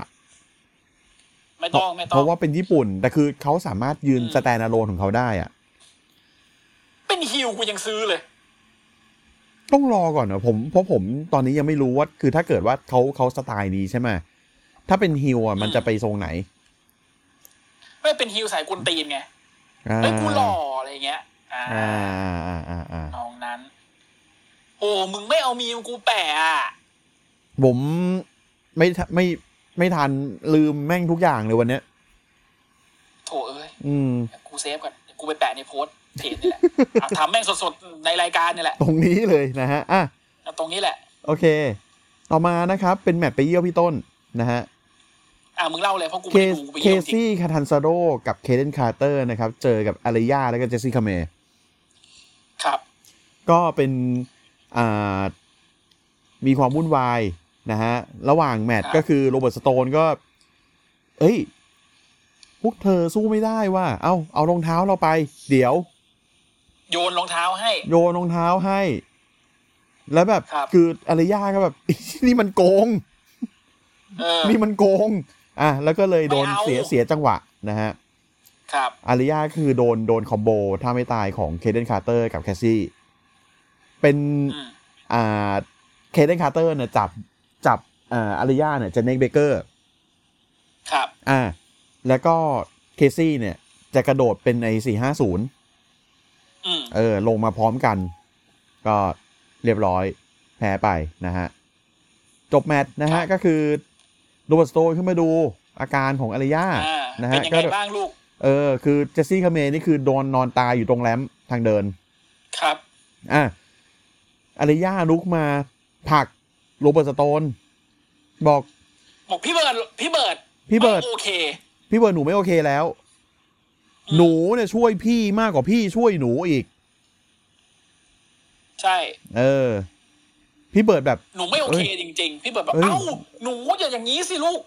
[SPEAKER 2] ไม่ต้องไม่ต้อ
[SPEAKER 1] เพ
[SPEAKER 2] ง
[SPEAKER 1] ราะว่าเป็นญี่ปุ่น แต่คือเขาสามารถยืน
[SPEAKER 2] อืม
[SPEAKER 1] สแตนอะโลนของเขาได้อะ
[SPEAKER 2] เป็นฮิวกูยังซื้อเลย
[SPEAKER 1] ต้องรอก่อนนะผมเพราะผมตอนนี้ยังไม่รู้ว่า คือถ้าเกิดว่าเขาเขาสไตล์นี้ใช่ไหมถ้าเป็นฮิวอ่ะมันจะไปทรงไหน
[SPEAKER 2] ไม่เป็นฮิวสายกุนตีนไง
[SPEAKER 1] อ่า
[SPEAKER 2] เฮ้ยกูหล่ออะไรเงี้ย อ่า
[SPEAKER 1] อ่าอ่าอ่าอ่า
[SPEAKER 2] น้องนั้น โอ้ มึงไม่เอามีมกูแปะอ่ะ
[SPEAKER 1] ผมไม่ทไม่ไม่ทันลืมแม่งทุกอย่างเลยวันเนี้ย
[SPEAKER 2] โถเอ้ย
[SPEAKER 1] อืม
[SPEAKER 2] กูเซฟก่อนเดี๋ยวกูไปแปะในโพสต์เพจนี่แหละอ่ะทำแม่งสดๆ ในรายการนี่แหละ
[SPEAKER 1] ตรงนี้เลยนะฮะอ่ะ
[SPEAKER 2] เอาตรงนี้แหละ
[SPEAKER 1] โอเค ต่อมานะครับ เป็นแมตช์ไปเยี่ยวพี่ต้นนะฮะ
[SPEAKER 2] อ่ะ มึงเล่าเลยเพราะกู
[SPEAKER 1] เค
[SPEAKER 2] ไม่ได้ดูกูไป
[SPEAKER 1] เค
[SPEAKER 2] เยี่ยมจริง
[SPEAKER 1] ซี่คาทันซาโดกับเคเดนคาร์เตอร์นะครับ เจอกับอาริยาแล้วก็เจสซี่คาเมย์
[SPEAKER 2] ครับ
[SPEAKER 1] ก็เป็นอ่ามีความวุ่นวายนะฮะ ระหว่างแมตช์
[SPEAKER 2] ครับ
[SPEAKER 1] ก็คือโรเบิร์ตสโตนก็ เอ้ย พวกเธอสู้ไม่ได้ว่า เอาเอารองเท้าเราไป เดี๋ยว
[SPEAKER 2] โยนรองเท้าให้
[SPEAKER 1] โยนรองเท้าให้ แล้วแบบ
[SPEAKER 2] ครับ
[SPEAKER 1] ออาริยาก็แบบ [laughs] นี่มันโกง
[SPEAKER 2] เออ
[SPEAKER 1] นี่มันโกง อ่ะ แล้วก็เลยโดน
[SPEAKER 2] ไม่เอา
[SPEAKER 1] เสียเสียจังหวะนะฮะ
[SPEAKER 2] ครับ
[SPEAKER 1] อาริยาคือโดนโดนคอมโบถ้าไม่ตายของเคเดนคาร์เตอร์กับแคสซี่ เป็น
[SPEAKER 2] อืม
[SPEAKER 1] อ่า เคเดนคาร์เตอร์เนี่ยจับจับอ่าอาริยาเนี่ยจะเน็กเบเกอร์
[SPEAKER 2] ครับ
[SPEAKER 1] อ่า แล้วก็เคซี่เนี่ย จะกระโดดเป็นในสี่ห้าศูนย์
[SPEAKER 2] อืม
[SPEAKER 1] เออ ลงมาพร้อมกัน ก็เรียบร้อยแพ้ไปนะฮะ จบแมตช์นะ
[SPEAKER 2] ครั
[SPEAKER 1] ฮะ
[SPEAKER 2] บ
[SPEAKER 1] ก็คือโรเบิร์ตสโตนขึ้นมาดูอาการของอาริยา
[SPEAKER 2] อ่า
[SPEAKER 1] นะ
[SPEAKER 2] เป็น
[SPEAKER 1] ฮะ
[SPEAKER 2] ยัง
[SPEAKER 1] ก็
[SPEAKER 2] ไงบ้างลูก
[SPEAKER 1] เออ คือเจสซี่คาเมย์นี่คือโดนนอนตายอยู่ตรงแรมป์ทางเดิน
[SPEAKER 2] ครับ
[SPEAKER 1] อ่ะอาริยาลุกมาผลักโรเบิร์ตสโตน บอก
[SPEAKER 2] บอกพี่เบิร์ดพี่เบิร์ด
[SPEAKER 1] พี่เบิร์ต
[SPEAKER 2] ไม่โอเค
[SPEAKER 1] พี่เบิร์ตหนูไม่โอเคแล้ว หนูเนี่ยช่วยพี่มากกว่าพี่ช่วยหนูอีก
[SPEAKER 2] ใช่
[SPEAKER 1] เออ พี่เบิร์ตแบบ
[SPEAKER 2] หนูไม่โอเคจริง ๆ พี่เบิร์ดบอก
[SPEAKER 1] เอ้ย
[SPEAKER 2] เอ้า หนูอย่าอย่างนี้สิลูก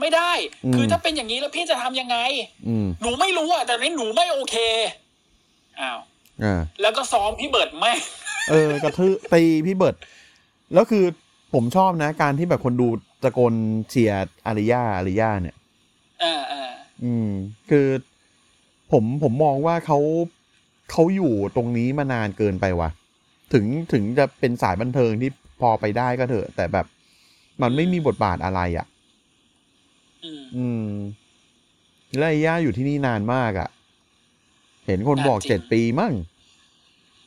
[SPEAKER 2] ไม่ได้
[SPEAKER 1] อืม
[SPEAKER 2] คือถ้าเป็นอย่างนี้แล้วพี่จะทำยังไง
[SPEAKER 1] อืม
[SPEAKER 2] หนูไม่รู้อ่ะ แต่นี่หนูไม่โอเค อ้าว
[SPEAKER 1] อ่า
[SPEAKER 2] แล้วก็ซ้อมพี่เบิร์ดแม่ง [laughs]
[SPEAKER 1] เออกระทืบตีพี่เบิร์ตแล้วคือผมชอบนะ การที่แบบคนดูตะโกนเชียร์อาริยาอาริยาเนี่ย
[SPEAKER 2] เออเออ
[SPEAKER 1] อืมคือผมผมมองว่าเขาเขาอยู่ตรงนี้มานานเกินไปว่ะ ถึงถึงจะเป็นสายบันเทิงที่พอไปได้ก็เถอะ แต่แบบ มันไม่มีบทบาทอะไรอะ่ะ
[SPEAKER 2] อืม
[SPEAKER 1] อืมและไอ้ย่าอยู่ที่นี่นานมากอะ่ะ เห็นคนบอก
[SPEAKER 2] นานจริง
[SPEAKER 1] เจ็ดปีมั่ง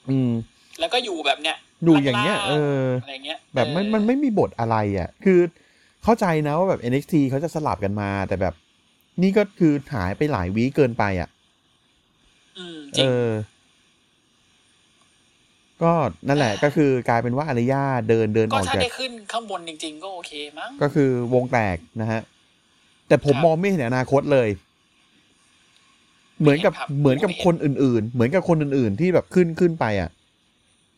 [SPEAKER 1] อืม
[SPEAKER 2] แล้วก็อยู่แบบเนี้ย
[SPEAKER 1] อยู่อย่างเงี้ย เออ
[SPEAKER 2] อะไรเงี้ย
[SPEAKER 1] แบบมัน
[SPEAKER 2] เออ
[SPEAKER 1] มันไม่มีบทอะไรอะ่ะ คือเข้าใจนะว่าแบบ NXT เขาจะสลับกันมา แต่แบบ นี่ก็คือหายไปหลายวีคเกินไปอ่ะ
[SPEAKER 2] อืมจ
[SPEAKER 1] เอ
[SPEAKER 2] ริง
[SPEAKER 1] อ ก็นั่นแหละก็คือกลายเป็นว่าอาริยาเดินเดินอ
[SPEAKER 2] ก็
[SPEAKER 1] อก
[SPEAKER 2] ถ้า
[SPEAKER 1] จาก
[SPEAKER 2] ได้ขึ้นข้างบนจริง ๆ ก็โอเคมั้ง
[SPEAKER 1] ก็คือวงแตกนะฮะ แต่ผม
[SPEAKER 2] ครับ
[SPEAKER 1] มองไม่เห็นอนาคตเลย เหมือนกับ
[SPEAKER 2] ไม่เห็นครับ
[SPEAKER 1] เหมือนกับ
[SPEAKER 2] ผมไม่เห็น
[SPEAKER 1] คนอื่น ๆ เหมือนกับคนอื่น ๆ ที่แบบขึ้นขึ้นไปอ่ะ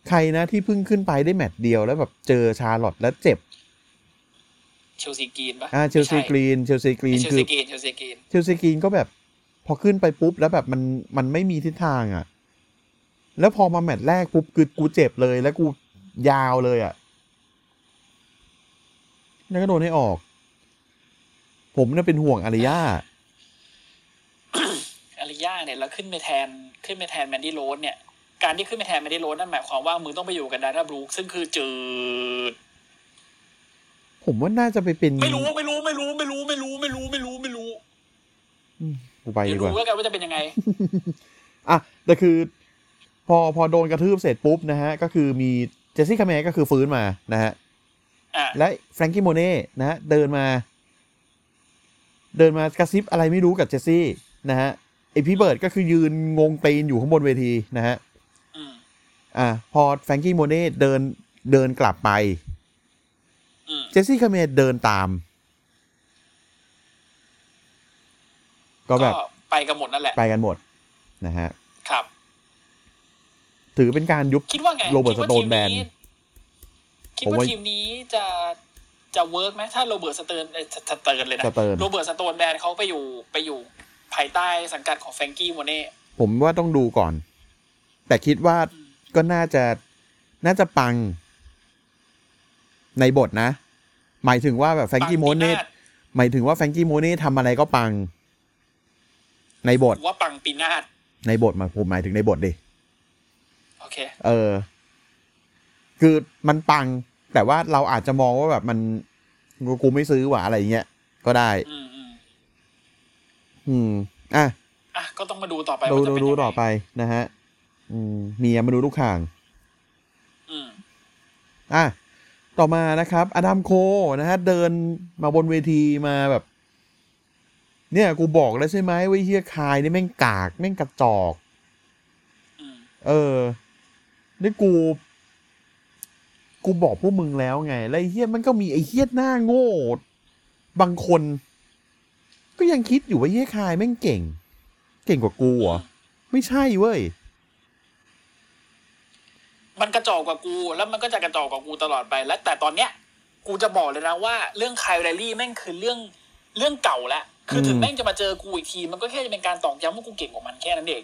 [SPEAKER 1] ใครนะที่เพิ่งขึ้นไปได้แมตช์เดียวแล้วแบบเจอชาร์ลอตแล้วเจ็บ
[SPEAKER 2] เชลซีกรีนปะ
[SPEAKER 1] อ่าเชลซีกรีนเชลซีกรี
[SPEAKER 2] ไม่
[SPEAKER 1] น
[SPEAKER 2] ใช่เชล
[SPEAKER 1] คือ
[SPEAKER 2] ซี
[SPEAKER 1] ก
[SPEAKER 2] รีนเชลซีกรีน
[SPEAKER 1] เชลซีกรีนก็แบบ พอขึ้นไปปุ๊บแล้วแบบมันมันไม่มีทิศทางอ่ะ แล้วพอมาแมตช์แรกปุ๊บคือกูเจ็บเลย แล้วกูยาวเลยอ่ะ แล้วก็โดนให้ออก ผมเนี่ยเป็นห่วงอาริยา
[SPEAKER 2] อาริยาเนี่ยแล้วขึ้นไปแทนขึ้นไปแทนแมนดี้โรสเนี่ย การที่ขึ้นไปแทนแมนดี้โรสนั่นหมายความว่ามึงต้องไปอยู่กับดาร่าบรูคซึ่งคือจืด
[SPEAKER 1] ผมว่าน่าจะไปเป็น
[SPEAKER 2] ไม่รู้ไม่รู้ไม่รู้ไม่รู้ไม่รู้ไม่รู้ไม่รู้ไม่รู้
[SPEAKER 1] อืมกูไป
[SPEAKER 2] เดี๋
[SPEAKER 1] ดี
[SPEAKER 2] ย
[SPEAKER 1] กว่า
[SPEAKER 2] วดูแล้วกันว่าจะเป็นยังไง
[SPEAKER 1] อ่ะแต่คือ พอพอโดนกระทืบเสร็จปุ๊บนะฮะ ก็คือมีเจสซี่คาเมก็คือฟื้นมานะฮะ
[SPEAKER 2] อ่ะ
[SPEAKER 1] และแฟรงกี้โมเน่นะฮะ เดินมา เดินมากระซิบอะไรไม่รู้กับเจสซี่นะฮะไอพี่เบิร์ดก็คือยืนงงตีนอยู่ข้างบนเวทีนะฮะ
[SPEAKER 2] อืม
[SPEAKER 1] อ่าพอแฟรงกี้โมเน่เดินเดินกลับไป
[SPEAKER 2] อืม
[SPEAKER 1] เจสซี่คาเมเดินตาม ก็แบบ
[SPEAKER 2] ก็ไปกันหมดนั่นแหละ
[SPEAKER 1] ไปกันหมดนะฮะ
[SPEAKER 2] ครับ
[SPEAKER 1] ถือเป็นการยุบ
[SPEAKER 2] คิดว่าไง
[SPEAKER 1] โรเบิร์ต
[SPEAKER 2] คิดว่า
[SPEAKER 1] สโตน
[SPEAKER 2] ทีม
[SPEAKER 1] แบน
[SPEAKER 2] คิด
[SPEAKER 1] ผม
[SPEAKER 2] ว่า
[SPEAKER 1] ว่า
[SPEAKER 2] ทีมนี้จะจะเวิร์กไหมถ้าโรเบิร์ตสเติร์นเอ้ยสสเติร์นเลยนะ
[SPEAKER 1] สเติร์น
[SPEAKER 2] โรเบิร์ตสโตนแบนเขาไปอยู่ไปอยู่ภายใต้สังกัดของแฟรงกี้โมเน่
[SPEAKER 1] ผมว่าต้องดูก่อน แต่คิดว่าก็น่าจะน่าจะปังในบทนะ หมายถึงว่าแบบแฟรงกี้โมเน่
[SPEAKER 2] ปังปีหน้
[SPEAKER 1] หมายถึงว่าแฟรงกี้โมเน่ทำอะไรก็ปัง ในบท
[SPEAKER 2] ผมว่าปังปีนาศ
[SPEAKER 1] ในบทมาผมหมายถึงในบทดิ
[SPEAKER 2] โอเค
[SPEAKER 1] เออ คือมันปัง แต่ว่าเราอาจจะมองว่าแบบมันกูกูไม่ซื้อหว่าอะไรอย่างเงี้ย ก็ได้
[SPEAKER 2] อืมอืม
[SPEAKER 1] อืม อ่ะ
[SPEAKER 2] อ่ะก็ต้องมาดูต่อไป
[SPEAKER 1] ดู
[SPEAKER 2] ว่าจะ
[SPEAKER 1] ดู
[SPEAKER 2] เป็น
[SPEAKER 1] ดู
[SPEAKER 2] ยังไง
[SPEAKER 1] ต่อไปนะฮะ อืมเมียมาดูลูกข่าง
[SPEAKER 2] อืม
[SPEAKER 1] อ่ะ ต่อมานะครับ อดัมโคนะฮะ เดินมาบนเวทีมาแบบ เนี่ย กูบอกแล้วใช่ไหมว่าไอ้เฮียคายนี่แม่งกาก แม่งกระจอก
[SPEAKER 2] อืม
[SPEAKER 1] เออ นี่กู กูบอกพวกมึงแล้วไง แล้วไอ้เฮี้ยมันก็มีไอ้เฮี้ยหน้าโง่ บางคน ก็ยังคิดอยู่ว่าเฮี้ยคายแม่งเก่ง เก่งกว่ากูเหรอ ไม่ใช่เว้ย
[SPEAKER 2] มันกระจอกกว่ากู แล้วมันก็จะกระจอกกว่ากูตลอดไปและแต่ตอนเนี้ย กูจะบอกเลยนะว่าเรื่องไคลไรลี่แม่งคือเรื่องเรื่องเก่าแล้วคืออ
[SPEAKER 1] ม
[SPEAKER 2] ถึงแม่งจะมาเจอกูอีกที มันก็แค่จะเป็นการตอกย้ำว่ากูเก่งกว่ามันแค่นั้นเอง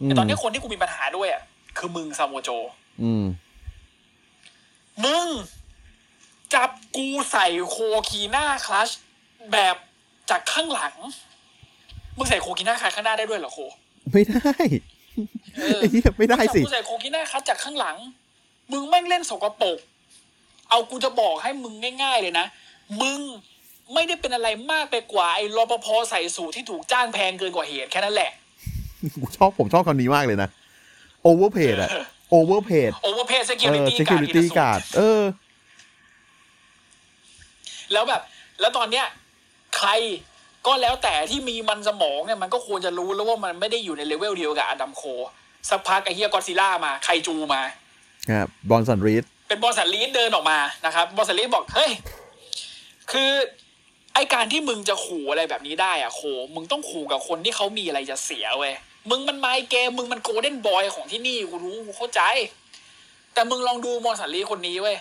[SPEAKER 1] อืม
[SPEAKER 2] แต่ตอนนี้คนที่กูมีปัญหาด้วยอ่ะคือมึงซามโมโจ
[SPEAKER 1] อืม
[SPEAKER 2] มึง จับกูใส่โคคีน่าคลัชแบบจากข้างหลัง มึงใส่โคคีน่าคลัชข้างหน้าได้ด้วยเหรอโค
[SPEAKER 1] ไม่ได้
[SPEAKER 2] เออ
[SPEAKER 1] ไอ้เฮี้ยไม่ได้
[SPEAKER 2] จับ
[SPEAKER 1] สิ
[SPEAKER 2] กูใส่โคคีน่าคลัชจากข้างหลัง มึงแม่งเล่นสกปรกเอากูจะบอกให้มึงง่าย ๆ เลยนะ มึงไม่ได้เป็นอะไรมากไปกว่าไอ้รปภใส่สูทที่ถูกจ้างแพงเกินกว่าเหตุแค่นั้นแหละ
[SPEAKER 1] กูชอบผมชอบคำนี้มากเลยนะ โอเวอร์เพดอะโอเวอร์เพด
[SPEAKER 2] โอเวอร์เพย์เซคิ
[SPEAKER 1] เอ
[SPEAKER 2] วริ
[SPEAKER 1] อ
[SPEAKER 2] ตี้การ์ด
[SPEAKER 1] security guard เออ
[SPEAKER 2] แล้วแบบ แล้วตอนเนี้ยใครก็แล้วแต่ที่มีมันสมองเนี่ยมันก็ควรจะรู้แล้วว่ามันไม่ได้อยู่ในเลเวลเดียวกับอดัมโค สักพักไอเฮียกอดซิลล่ามา ใครจูมา
[SPEAKER 1] ครับบอนสันรีด
[SPEAKER 2] เป็นบอสสันลีดเดินออกมานะครับบอสสันลีดบอก เฮ้ย คือไอการที่มึงจะขู่อะไรแบบนี้ได้อะโค มึงต้องขู่กับคนที่เขามีอะไรจะเสียเว้ยมึงมันไมเกมมึงมันโกลเด้นบอยของที่นี่กูรู้กูเข้าใจ แต่มึงลองดูมอสันลีคนนี้เว้ย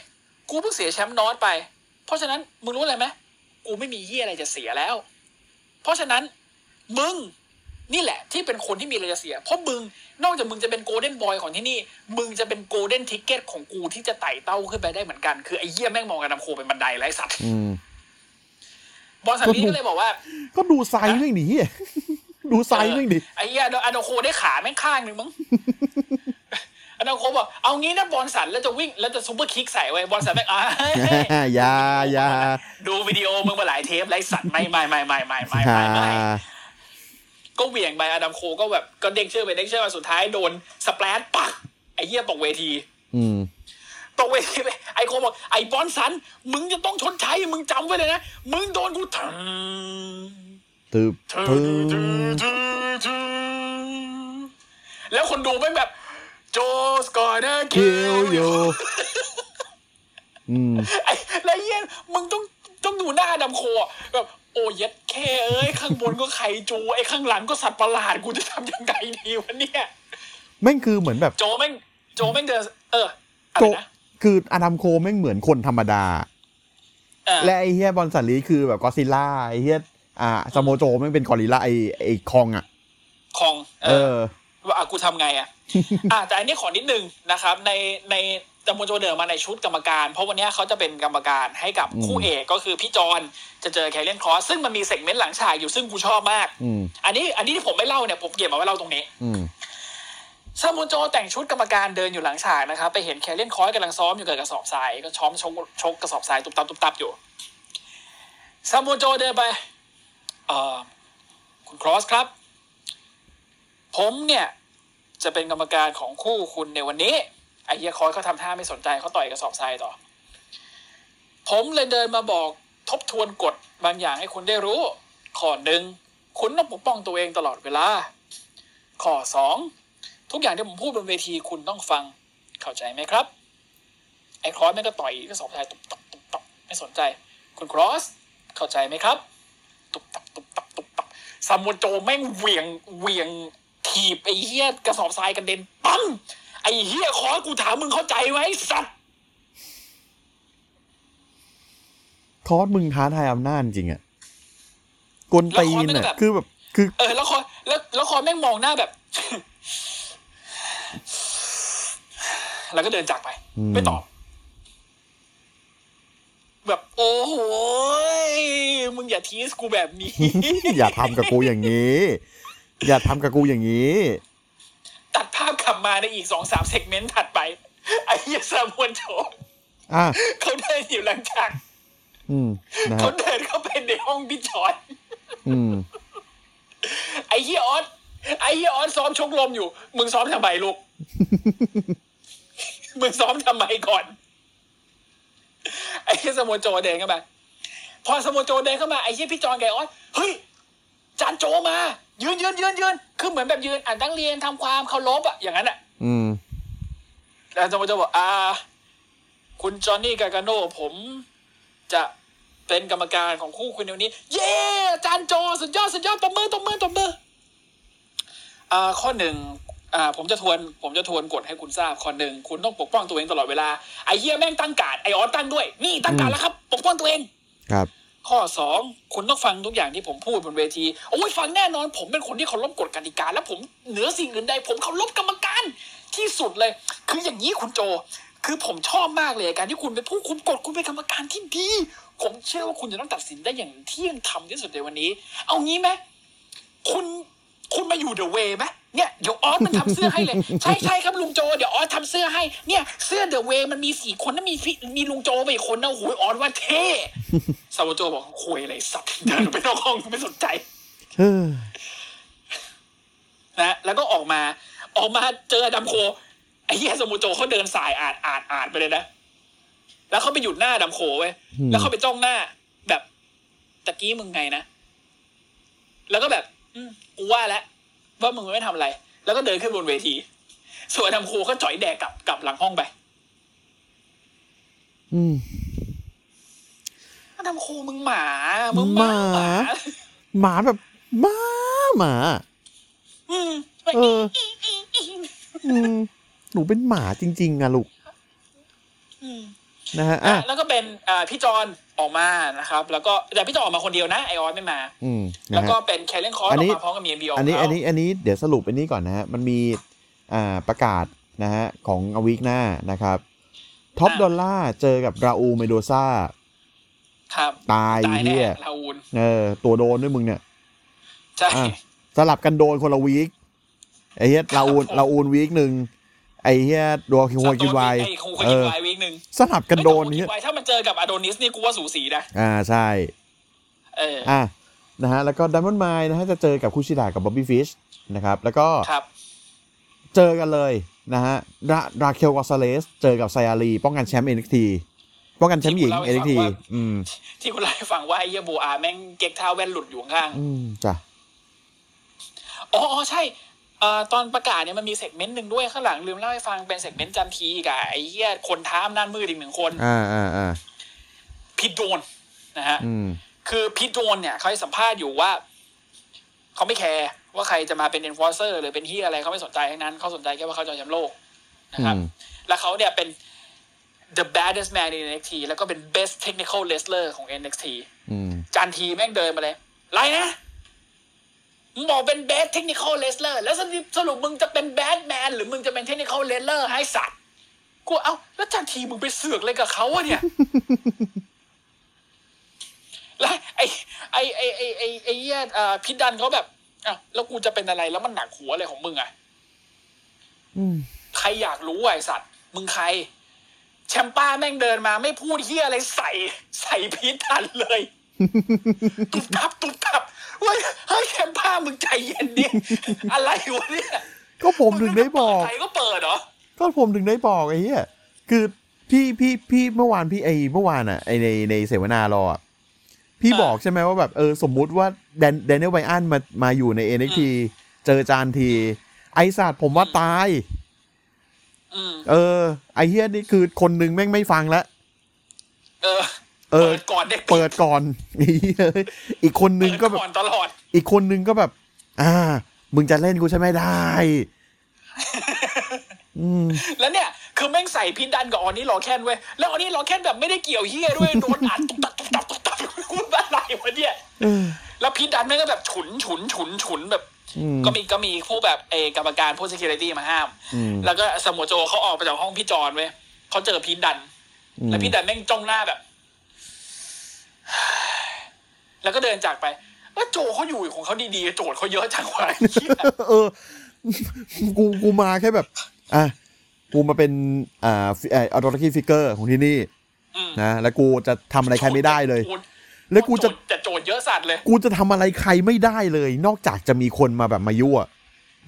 [SPEAKER 2] กูเพิ่งเสียแชมป์นอตไป เพราะฉะนั้นมึงรู้อะไรไหมกูไม่มีเฮียอะไรจะเสียแล้ว เพราะฉะนั้นมึงนี่แหละ ที่เป็นคนที่มีอะไรจะเสีย เพราะมึงนอกจากมึงจะเป็นโกลเด้นบอยของที่นี่ มึงจะเป็นโกลเด้นทิกเก็ตของกูที่จะไต่เต้าขึ้นไปได้เหมือนกันคือไอ้เหี้ยแม่งมองกันนำโคเป็นบันไดไรสัตว์
[SPEAKER 1] อืม
[SPEAKER 2] บอลสันนี่ก็เลยบอกว่า
[SPEAKER 1] ก็ดูไซส์แม่งดิเหี้ย [laughs] ดูไซส์แม่งดิ [laughs]
[SPEAKER 2] ไอ้เหี้ยอโนโคได้ขาแม่งข้างหนึ่ง [laughs] มั้ง อโนโคบอกเอางี้นะบอลสันแล้วจะวิ่งแล้วจะซูเปอร์คิกใส่ไว้ [laughs] บอลสันแม่งอ่า
[SPEAKER 1] อยาอยา
[SPEAKER 2] ดูวิดีโอมึงมาหลายเทปไรสัตว์ไม่ไม่ไม่ไม่ไม่ไม่
[SPEAKER 1] อยา
[SPEAKER 2] ไม่ไม่ก็เหวี่ยงไปอดัมโคก็แบบก็เด้งเชื่อกไปเด้งเชื่อกมาสุดท้ายโดนสแปรดปักไอ้เหี้ยตกเวที
[SPEAKER 1] อืม
[SPEAKER 2] ตกเวทีไปไอโคบอกไอบอนสัน มึงจะต้องชดใช้ มึงจำไว้เลยนะ มึงโดนกูทัง
[SPEAKER 1] ตืบ
[SPEAKER 2] ทึง
[SPEAKER 1] พึ่
[SPEAKER 2] ทึง
[SPEAKER 1] ง
[SPEAKER 2] ทึงทึงแล้วคนดูไม่งแบบ โจสก่อนนะคิ
[SPEAKER 1] คิว
[SPEAKER 2] ว
[SPEAKER 1] อ
[SPEAKER 2] อยู่ ยู่
[SPEAKER 1] อืม
[SPEAKER 2] ไอ้แล้วเหี้ย็นมึงต้องต้องดูหน้าดำโคอะแบบโอ้เย็ดแค่เอ้ย ข้างบนก็ไข่จู ไอ้ข้างหลังก็สัตว์ประหลาดกูจะทำยังไงดีวะเนี่ย
[SPEAKER 1] แม่งคือเหมือนแบบ
[SPEAKER 2] โจแม่งโจแม่งเดินเอออะ
[SPEAKER 1] โจ
[SPEAKER 2] ไรนะ
[SPEAKER 1] คืออดัมโคแม่งเหมือนคนธรรมดา
[SPEAKER 2] เออ
[SPEAKER 1] และไอ้เฮียบอลสันลีคือแบบกอซิลล่าไอ้เฮียอ่าสโมโจแม่งเป็นกอริลล่าไอ้ไอ้คองอ่ะ
[SPEAKER 2] ของเอ
[SPEAKER 1] เอ
[SPEAKER 2] อ
[SPEAKER 1] อ
[SPEAKER 2] ว่าอ่ะกูทำไงอ่ะ อ่ะแต่อันนี้ขอนิดนึงนะครับ ในในจำมวลโจเดินมาในชุดกรรมการ เพราะวันนี้เขาจะเป็นกรรมการให้กับ
[SPEAKER 1] อืม
[SPEAKER 2] คู่เอกก็คือพี่จอนจะเจอแคลเลนคอสซึ่งมันมีเซกเมนต์หลังฉากอยู่ซึ่งกูชอบมาก
[SPEAKER 1] อืม
[SPEAKER 2] อันนี้อันนี้ที่ผมไม่เล่าเนี่ยผมเก็บมาไว้เล่าตรงนี้
[SPEAKER 1] อืม
[SPEAKER 2] ซามวลโจแต่งชุดกรรมการเดินอยู่หลังฉากนะครับ ไปเห็นแคลเลนคอสกำลังซ้อมอยู่กับกระสอบทรายก็ช้อมชกชกกระสอบทรายตุบตับตุบตับอยู่ซามวลโจเดินไปเอ่อคุณครอสครับ ผมเนี่ย จะเป็นกรรมการของคู่คุณในวันนี้ไอเฮียคอยเขาทำท่าไม่สนใจเขาต่อยกระสอบทรายต่อ ผมเลยเดินมาบอกทบทวนกฎบางอย่างให้คุณได้รู้ ข้อหนึ่งคุณต้องปกป้องตัวเองตลอดเวลา ข้อสองทุกอย่างที่ผมพูดบนเวทีคุณต้องฟังเข้าใจไหมครับ ไอ้ครอสแม่งก็ต่อยก็สอบทรายตุบตับตุบตับไม่สนใจ คุณครอสเข้าใจไหมครับ ตุบตับตุบตับตุบตับซามูโจแม่งเหวี่ยงเหวี่ยงถีบไอ้เหี้ยกระสอบทรายกระเด็นปั๊มไอ้เหี้ยคอสกูถามมึงเข้าใจไหมไอ้สัตว์
[SPEAKER 1] ทอสมึงท้าทายอำนาจจริงอะกลตีนอะคือแบบคือ
[SPEAKER 2] เออแล้วคอแล้วแล้วคอแม่งมองหน้าแบบ แล้วก็เดินจากไป
[SPEAKER 1] อืม
[SPEAKER 2] ไม่ตอบ แบบโอ้โหยมึงอย่าทีสกูแบบนี้
[SPEAKER 1] อย่าทำกับกูอย่างนี้ อย่าทำกับกูอย่างนี้
[SPEAKER 2] ตัดภาพกลับมาในอีกสองสามเซกเมนต์ถัดไป ไอ้เหี้ยซามวนโจ
[SPEAKER 1] อ่ะ
[SPEAKER 2] เขาเดินอยู่หลังจาก
[SPEAKER 1] อืมนะ
[SPEAKER 2] เขา
[SPEAKER 1] ฮะ
[SPEAKER 2] เดินเข้าไปในห้องพี่จอน
[SPEAKER 1] อืม
[SPEAKER 2] ไอ้เฮียออสไอ้เฮียออสซ้อมชกลมอยู่ มึงซ้อมทำไมลูก [laughs] มึงซ้อมทำไมก่อน ไอ้เฮียสโมโจเดินเข้ามา พอสโมโจเดินเข้ามาไอ้เฮียพี่จอนไก่ออสเฮ้ยจานโจมา ยืนยืนยืนยืนคือเหมือนแบบยืนอ่านตั้งเรียนทำความเคารพอะอย่างนั้นอะ
[SPEAKER 1] อืม
[SPEAKER 2] แล้วสมมติจะบอกอ่า คุณจอห์นนี่กาการโน่ผมจะเป็นกรรมการของคู่คุณในวันนี้ เย้อาจานโจสุดยอดสุดยอดตบมือตบมือตบมืออ่าข้อหนึ่งอ่า ผมจะทวน ผมจะทวนกฎให้คุณทราบข้อหนึ่งคุณต้องปกป้องตัวเองตลอดเวลาไอ้เหี้ยแม่งตั้งการดไอ้ออสตั้งด้วย นี่ตั้งการดแล้วครับ ปกป้องตัวเอง
[SPEAKER 1] ครับ
[SPEAKER 2] ข้อสองคุณต้องฟังทุกอย่างที่ผมพูดบนเวที โอ้ยฟังแน่นอน ผมเป็นคนที่เคารพกฎกติกา และผมเหนือสิ่งอื่นใด ผมเคารพกรรมการที่สุดเลย คืออย่างนี้คุณโจ คือผมชอบมากเลยการที่คุณเป็นผู้คุมกฎคุณเป็นกรรมการที่ดี ผมเชื่อว่าคุณจะต้องตัดสินได้อย่างเที่ยงธรรมที่สุดในวันนี้ เอางี้ไหมคุณคุณมาอยู่เดอะเวย์ไหมเนี่ยเดี๋ยวออสมันทำเสื้อให้เลย ใช่ใช่ครับลุงโจเดี๋ยวออสทำเสื้อให้เนี่ยเสื้อเดอะเวย์มันมีสี่คนนะมีพี่มีลุงโจไปอีกคนนะโอ้โหออสว่าเท่ ซาวาโจบอกคุยอะไรสัตว์ เดินไปนอกห้องไม่สนใจ
[SPEAKER 1] เฮ้อ
[SPEAKER 2] นะแล้วก็ออกมา ออกมาเจออดัมโค ไอ้เหี้ยซาวาโจเขาเดินสายอาดอาดอาดไปเลยนะ แล้วเขาไปหยุดหน้าอดัมโคเว้ย
[SPEAKER 1] อืม
[SPEAKER 2] แล้วเขาไปจ้องหน้า แบบตะกี้มึงไงนะ แล้วก็แบบ อืมกูว่าแล้วว่ามึงไม่ทำอะไร แล้วก็เดินขึ้นบนเวที ส่วนอดัมโคก็จ่อยแดกกลับกลับหลังห้องไป
[SPEAKER 1] อืม
[SPEAKER 2] อดัมโคมึงหมา มึงหมา
[SPEAKER 1] ห
[SPEAKER 2] ห
[SPEAKER 1] มา
[SPEAKER 2] มา
[SPEAKER 1] หมาแบบหมาหมา
[SPEAKER 2] อืม
[SPEAKER 1] เออ อืม หนูเป็นหมาจริง ๆอะลูก
[SPEAKER 2] อืม
[SPEAKER 1] นะฮะ อ่ะ
[SPEAKER 2] แล้วก็เป็นอ่าพี่จอนออกมานะครับ แล้วก็แต่พี่จอนออกมาคนเดียวนะไอออนไม่มา
[SPEAKER 1] อืมนะ
[SPEAKER 2] แล้วก็
[SPEAKER 1] ฮะ
[SPEAKER 2] เป็นแคเลนคอร์สอ
[SPEAKER 1] อัน
[SPEAKER 2] อ
[SPEAKER 1] นี้
[SPEAKER 2] กมาพร้อมกับมีเอ็มบีออก
[SPEAKER 1] อันนี้
[SPEAKER 2] มา
[SPEAKER 1] อันนี้ อันนี้ เดี๋ยวสรุปอันนี้ก่อนนะฮะ มันมี อ่า ประกาศนะฮะ ของอวิกหน้านะครับ ท็อปดอลล่าเจอกับราอูเมโดซ่า
[SPEAKER 2] ครับ
[SPEAKER 1] ตาย
[SPEAKER 2] ตายแน่
[SPEAKER 1] เฮีย
[SPEAKER 2] ลาอูน
[SPEAKER 1] เออ ตัวโดนด้วยมึงเนี่ย
[SPEAKER 2] ใช่
[SPEAKER 1] อ่ะ สลับกันโดนคนละวีคไอ้เฮียราอูนราอูนวีคหนึ่งไอ้เฮียดัวคิวโฮกินไวน์
[SPEAKER 2] ไอ้คงคน
[SPEAKER 1] เอ
[SPEAKER 2] กิ
[SPEAKER 1] อ
[SPEAKER 2] นไวน์วีคหนึ่ง
[SPEAKER 1] สลับกันโดน
[SPEAKER 2] ไอ้คง
[SPEAKER 1] เฮี
[SPEAKER 2] กิ
[SPEAKER 1] ย
[SPEAKER 2] นไวน์ถ้ามันเจอกับอโดนิสนี่กูว่าสูสีนะ
[SPEAKER 1] อ่าใช่
[SPEAKER 2] เออ
[SPEAKER 1] อ่ะนะฮะแล้วก็ดัมเบิลไมล์นะฮะจะเจอกับคุชิดะกับบ๊อบบี้ฟิชนะครับ แล้วก็
[SPEAKER 2] ครับ
[SPEAKER 1] เจอกันเลยนะฮะราราเคลกอซาเลสเจอกับไซอารีป้องกันแชมป์เอ็นทีป้องกันแชมป์หญิง
[SPEAKER 2] ที่ผมเล่าให้
[SPEAKER 1] เอ็น
[SPEAKER 2] ฟัง
[SPEAKER 1] ที
[SPEAKER 2] ว่า
[SPEAKER 1] อืม
[SPEAKER 2] ที่คุณไล่าให้ฟังว่าไอ้เหี้ยโบอาแม่งเก็กเท้าแว่นหลุดอยู่ข้างๆ
[SPEAKER 1] อืมจ้ะ
[SPEAKER 2] อ๋ออ๋อใช่เอ่อตอนประกาศเนี่ยมันมีเซกเมนต์หนึ่งด้วยข้างหลังลืมเล่าให้ฟังเป็นเซกเมนต์จันทีกับไอ้เหี้ยคนท้าอำนาจมืดอีกหนึ่งคน
[SPEAKER 1] อ่าอ่าอ่า
[SPEAKER 2] พิดโดนนะฮะ
[SPEAKER 1] อืม
[SPEAKER 2] คือพีทโดนเนี่ยเขาให้สัมภาษณ์อยู่ว่า เขาไม่แคร์ว่าใครจะมาเป็น enforcer หรือเป็นที่อะไรเขาไม่สนใจทั้งนั้นเขาสนใจแค่ว่าเขาจะเอาแชมป์โลกนะ
[SPEAKER 1] อื
[SPEAKER 2] ครับ
[SPEAKER 1] ม
[SPEAKER 2] แล้วเขาเนี่ยเป็น the baddest man in NXT แล้วก็เป็น best technical wrestler ของ NXT
[SPEAKER 1] อืม
[SPEAKER 2] จานทีแม่งเดินมาเลยไรนะมึงบอกเป็น best technical wrestler แล้วสรุปสรุปมึงจะเป็น bad man หรือมึงจะเป็น technical wrestler ให้สัตว์กูเอาแล้วจานทีมึงไปเสือกอะไรกับเขาอะเนี่ย แล้วไอ้ไอ้ไอ้ไอ้ไอ้ไอ้เหี้ยเอ่อพิดดันเขาแบบอ่ะแล้วกูจะเป็นอะไรแล้วมันหนักหัวอะไรของมึงอะ
[SPEAKER 1] อืม
[SPEAKER 2] ใครอยากรู้อะไอสัตว์ มึงใคร แชมป้าแม่งเดินมาไม่พูดเฮียอะไรใส่ ใส่พีททันเลย ตุ
[SPEAKER 1] [laughs]
[SPEAKER 2] บตับตุบตับเว้ยเฮ้ยแชมป้ามึงใจเย็นดิ อะไรวะเนี่ย
[SPEAKER 1] ก็ผมถึงได้บอก
[SPEAKER 2] ใครก็เปิดเหรอ
[SPEAKER 1] ก็ผมถึงได้บอกไอ้เหี้ยคือพี่พี่พี่เมื่อวานพี่ไอเมื่อวานอ่ะไอในในเสวนาเราอ่ะพี่
[SPEAKER 2] อ่า
[SPEAKER 1] บอกใช่ไหมว่าแบบเออสมมุติว่าแดนแดเนียลไบอันมามาอยู่ในเอ็นทีเจอจานที ไอศาสตร์ผมว่าตาย
[SPEAKER 2] อืม
[SPEAKER 1] เออ ไอเฮียนี่คือคนหนึงแม่งไม่ฟังละ
[SPEAKER 2] เออ
[SPEAKER 1] เออ
[SPEAKER 2] ปิดก่อนเด็ก
[SPEAKER 1] เปิดก่อน [laughs] ไอ้เหี้ยอีกคนนึงก็แบบ
[SPEAKER 2] เปิดอนตลอด
[SPEAKER 1] อีกคนนึงก็แบบ อ่า มึงจะเล่นกูใช่ไหมได้ อืม
[SPEAKER 2] แล้วเนี่ย คือแม่งใส่พินดันกับออนนี่รอแค้นเว้ย แล้วออนนี่รอแค้นแบบไม่ได้เกี่ยวเฮียด้วย โดนอัดตุ๊บตับตุ๊บตับตุ๊บตับกูอะไรวะเนี่ย
[SPEAKER 1] เออ
[SPEAKER 2] แล้วพินดันแม่งก็แบบฉุนฉุนฉุนฉุนแบบ
[SPEAKER 1] อืม
[SPEAKER 2] ก็มีก็มีผู้แบบเอกรรมการผู้ security มาห้าม
[SPEAKER 1] อืม
[SPEAKER 2] แล้วก็สมุทรโจเขาออกไปจากห้องพี่จอนเว้ยเขาเจอพีทดัน
[SPEAKER 1] อืม
[SPEAKER 2] แล้วพีทดันแม่งจ้องหน้าแบบ [sighs] แล้วก็เดินจากไปเออโจเขาอยู่ของเขาดีๆ โจทย์เขาเยอะจังวะไอ้ [laughs] เหี้ย
[SPEAKER 1] เออ [laughs] กูกูมาแค่แบบ อ่ะ กูมาเป็น อ่าฟิเออโตรคีฟิกเกอร์ของที่นี่
[SPEAKER 2] อืม
[SPEAKER 1] นะ แล้วกูจะทำอะไรใครไม่ได้เลย
[SPEAKER 2] โจท
[SPEAKER 1] แล้วกูจะ
[SPEAKER 2] โทย์แต่โจทย์เยอะสัตว์เลย
[SPEAKER 1] กูจะทำอะไรใครไม่ได้เลย นอกจากจะมีคนมาแบบมายั่ว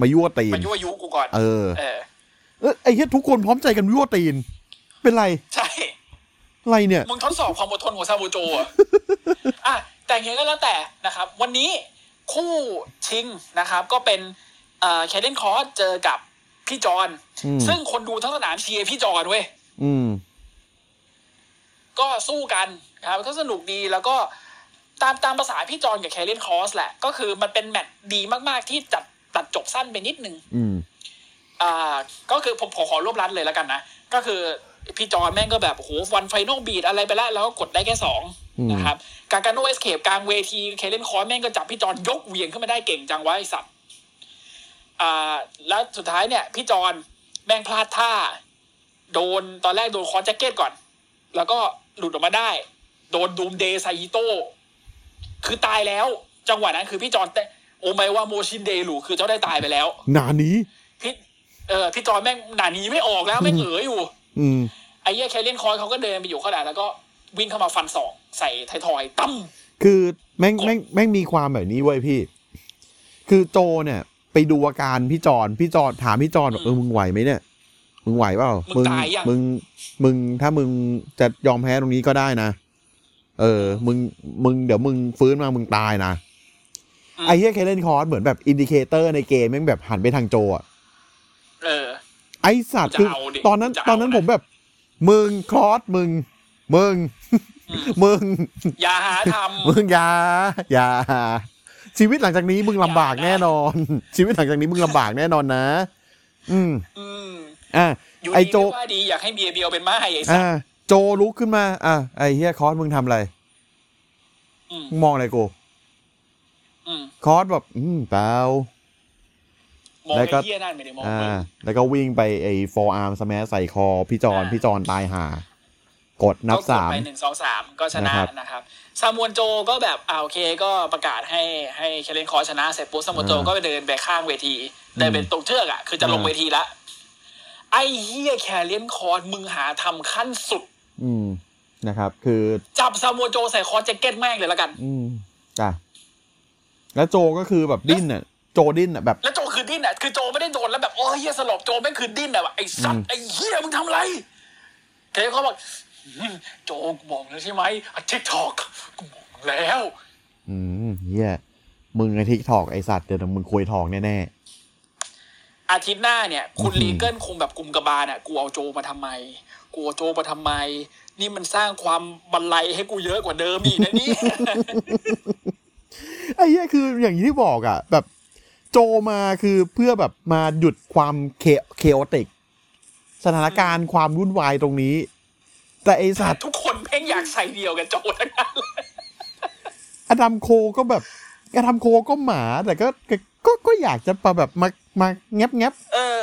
[SPEAKER 1] มายั่วตี
[SPEAKER 2] มัน นยั่วยุกูก่อน
[SPEAKER 1] เออ
[SPEAKER 2] เออ
[SPEAKER 1] เออไอ้เหี้ยทุกคนพร้อมใจกันยั่วตีน เป็นไร
[SPEAKER 2] ใช่
[SPEAKER 1] อะไรเนี่ย
[SPEAKER 2] มึงทดสอบความอดทนของซา
[SPEAKER 1] [laughs]
[SPEAKER 2] บูโจอ่ะ อ่ะ แต่ยังไงก็แล้วแต่นะครับ วันนี้คู่ชิงนะครับ ก็เป็นเอ่อแคเดนคอร์สเจอกับพี่จอน
[SPEAKER 1] อืม
[SPEAKER 2] ซึ่งคนดูทั้งสนามเชียร์พี่จอนเว้ย
[SPEAKER 1] อืม
[SPEAKER 2] ก็สู้กันนะครับก็สนุกดีแล้วก็ตามตามภาษาพี่จอนกับแคเดนคอร์สแหละ ก็คือมันเป็นแมตช์ดีมาก ๆ ที่จัดตัดจบสั้นไปนิดนึง
[SPEAKER 1] อืม
[SPEAKER 2] อ่าก็คือผมผมขอรวบรัดเลยแล้วกันนะ ก็คือพี่จอนแม่งก็แบบโอ้โหวันไฟนอลบีดอะไรไปแล้ว แล้วก็กดได้แค่สอง
[SPEAKER 1] อืม
[SPEAKER 2] นะครับกาการโนเอสเคปกลางเวทีเคเลนคอยแม่งก็จับพี่จอนยกเหวียงขึ้นมาได้เก่งจังวะไอสัตว์อ่าแล้วสุดท้ายเนี่ย พี่จอนแม่งพลาดท่า โดนตอนแรกโดนคอนแจ็คเก็ตก่อน แล้วก็หลุดออกมาได้ โดนดูมเดย์ไซอิโต้คือตายแล้ว จังหวะนั้นคือพี่จอนเตะโอไมว่าโมชินเดลูคือเจ้าได้ตายไปแล้ว
[SPEAKER 1] หนานี้
[SPEAKER 2] พี่เออพี่จอยแม่งหนาหนีไม่ออกแล้วแม่งเอ๋ออยู่
[SPEAKER 1] อืม
[SPEAKER 2] ไอ้เหี้ยแคเลียนคอยเขาก็เดินไปอยู่ข้างหลังแล้วก็วิ่งเข้ามาฟันศอกใส่ไทายทอยตั้ม
[SPEAKER 1] คือแม่ง
[SPEAKER 2] กด
[SPEAKER 1] แม่งแม่งมีความแบบนี้เว้ยพี่ คือโจเนี่ย ไปดูอาการพี่จอนพี่จอนถามพี่จอนแบบเออมึงไหวไหมเนี่ย มึงไหวเปล่ามึ
[SPEAKER 2] มึงตายยัง
[SPEAKER 1] มึงมึงถ้ามึงจะยอมแพ้ตรงนี้ก็ได้นะ เออ มึงมึงเดี๋ยวมึงฟื้นมามึงตายนะ ไอ้เหี้ยเคเลนคอร์สเหมือนแบบอินดิเคเตอร์ในเกมแม่งแบบหันไปทางโจอะ
[SPEAKER 2] เออ
[SPEAKER 1] ไอ้สัตว์คือ
[SPEAKER 2] จะเอาดิ
[SPEAKER 1] ตอนนั้น
[SPEAKER 2] จะเอา
[SPEAKER 1] ตอนนั้น
[SPEAKER 2] นะ
[SPEAKER 1] ผมแบบ มึงคลอสมึง มึง [laughs] มึง
[SPEAKER 2] อย่าหาท
[SPEAKER 1] มึงอย่าอย่าชีวิตหลังจากนี้มึงลำบากแน่นอน [laughs] ชีวิตหลังจากนี้มึงลำบากแน่นอนนะ อืม [laughs]
[SPEAKER 2] ำอืม
[SPEAKER 1] อ่ะ
[SPEAKER 2] อยู่
[SPEAKER 1] ไอ้
[SPEAKER 2] ดี
[SPEAKER 1] โจ
[SPEAKER 2] ไม่ว่าดีอยากให้เบียร์เบียวเป็นไม้ไอ้สัส
[SPEAKER 1] อ่ะโจลุกขึ้นมา อ่ะไอ้เฮียคอสมึงทำอะไร
[SPEAKER 2] อืม
[SPEAKER 1] มึงมองอะไรกู
[SPEAKER 2] อืม
[SPEAKER 1] คอสแบบอืมเปล่า
[SPEAKER 2] มอง
[SPEAKER 1] แล้ว
[SPEAKER 2] ไอ้
[SPEAKER 1] ก็
[SPEAKER 2] เหี้ยนั่นไม่ได้มอง
[SPEAKER 1] อ่า
[SPEAKER 2] มึง
[SPEAKER 1] แล้วก็วิ่งไปไอ้ฟอร์อาร์มสแมสใส่คอ พี่จอนพี่จอนตายห่ากดนับ
[SPEAKER 2] ก็กด
[SPEAKER 1] สาม
[SPEAKER 2] ไปหนึ่งสองสามก็ชนะ
[SPEAKER 1] นะครับ
[SPEAKER 2] นะครับซามวนโจก็แบบอ่าโอเคก็ประกาศให้ให้แคเลียนคอยชนะเสร็จปุ๊บซามวนโจ
[SPEAKER 1] อ่า
[SPEAKER 2] ก็ไปเดินไปข้างเวทีเดินไปตรงเชือกอ่ะคือจะลง
[SPEAKER 1] อ่า
[SPEAKER 2] เวทีละไอ้เหี้ยแคเลียนคอยมึงหาทำขั้นสุด
[SPEAKER 1] อืมนะครับ คือ
[SPEAKER 2] จับซามูโจใส่คอแจ็คเก็ตแม่งเลยละกัน
[SPEAKER 1] อืมจ้ะแล้วโจก็คือแบบดิ้นอ่ะ โจดิ้นอ่ะแบบ
[SPEAKER 2] แล้วโจคือดิ้นอ่ะ คือโจไม่ได้โดนแล้วแบบโอ้ยเฮียสลบโจแม่งคือดิ้นอ่ะแบบไอ้สัต
[SPEAKER 1] อื
[SPEAKER 2] ว์
[SPEAKER 1] ม
[SPEAKER 2] ไอ้เฮียมึงทำอะไรเคเขาบอกอืมโจกูบอกแล้วใช่ไหมทิกทอกกูบอกแล้ว
[SPEAKER 1] อืมเฮียมึงไอทิกทอกไอสัตว์เดี๋ยวมึงคุยทองแน่
[SPEAKER 2] อาทิตย์หน้าเนี่ย คุณ
[SPEAKER 1] อืม
[SPEAKER 2] ลีเกิลคงแบบกลุ่มกระบาลอ่ะกูเอาโจมาทำไม กูเอาโจมาทำไม นี่มันสร้างความบันไลให้กูเยอะกว่าเดิมอีกนะ
[SPEAKER 1] [laughs]
[SPEAKER 2] นี่
[SPEAKER 1] ๆไอเฮียคืออย่างที่บอกอะ่ะ แบบโจมาคือเพื่อแบบมาหยุดความเคเคอติก สถานการณ์ความวุ่นวายตรงนี้ แต่ไอสัตว์
[SPEAKER 2] ทุกคนแม่งอยากใส่เดียวกันโจทั้งนั้นเลย
[SPEAKER 1] อดัมโคก็แบบอดัมโคก็หมาแต่ก็ก็ก็ก็อยากจะมาแบบมามาแงบแงบ
[SPEAKER 2] เออ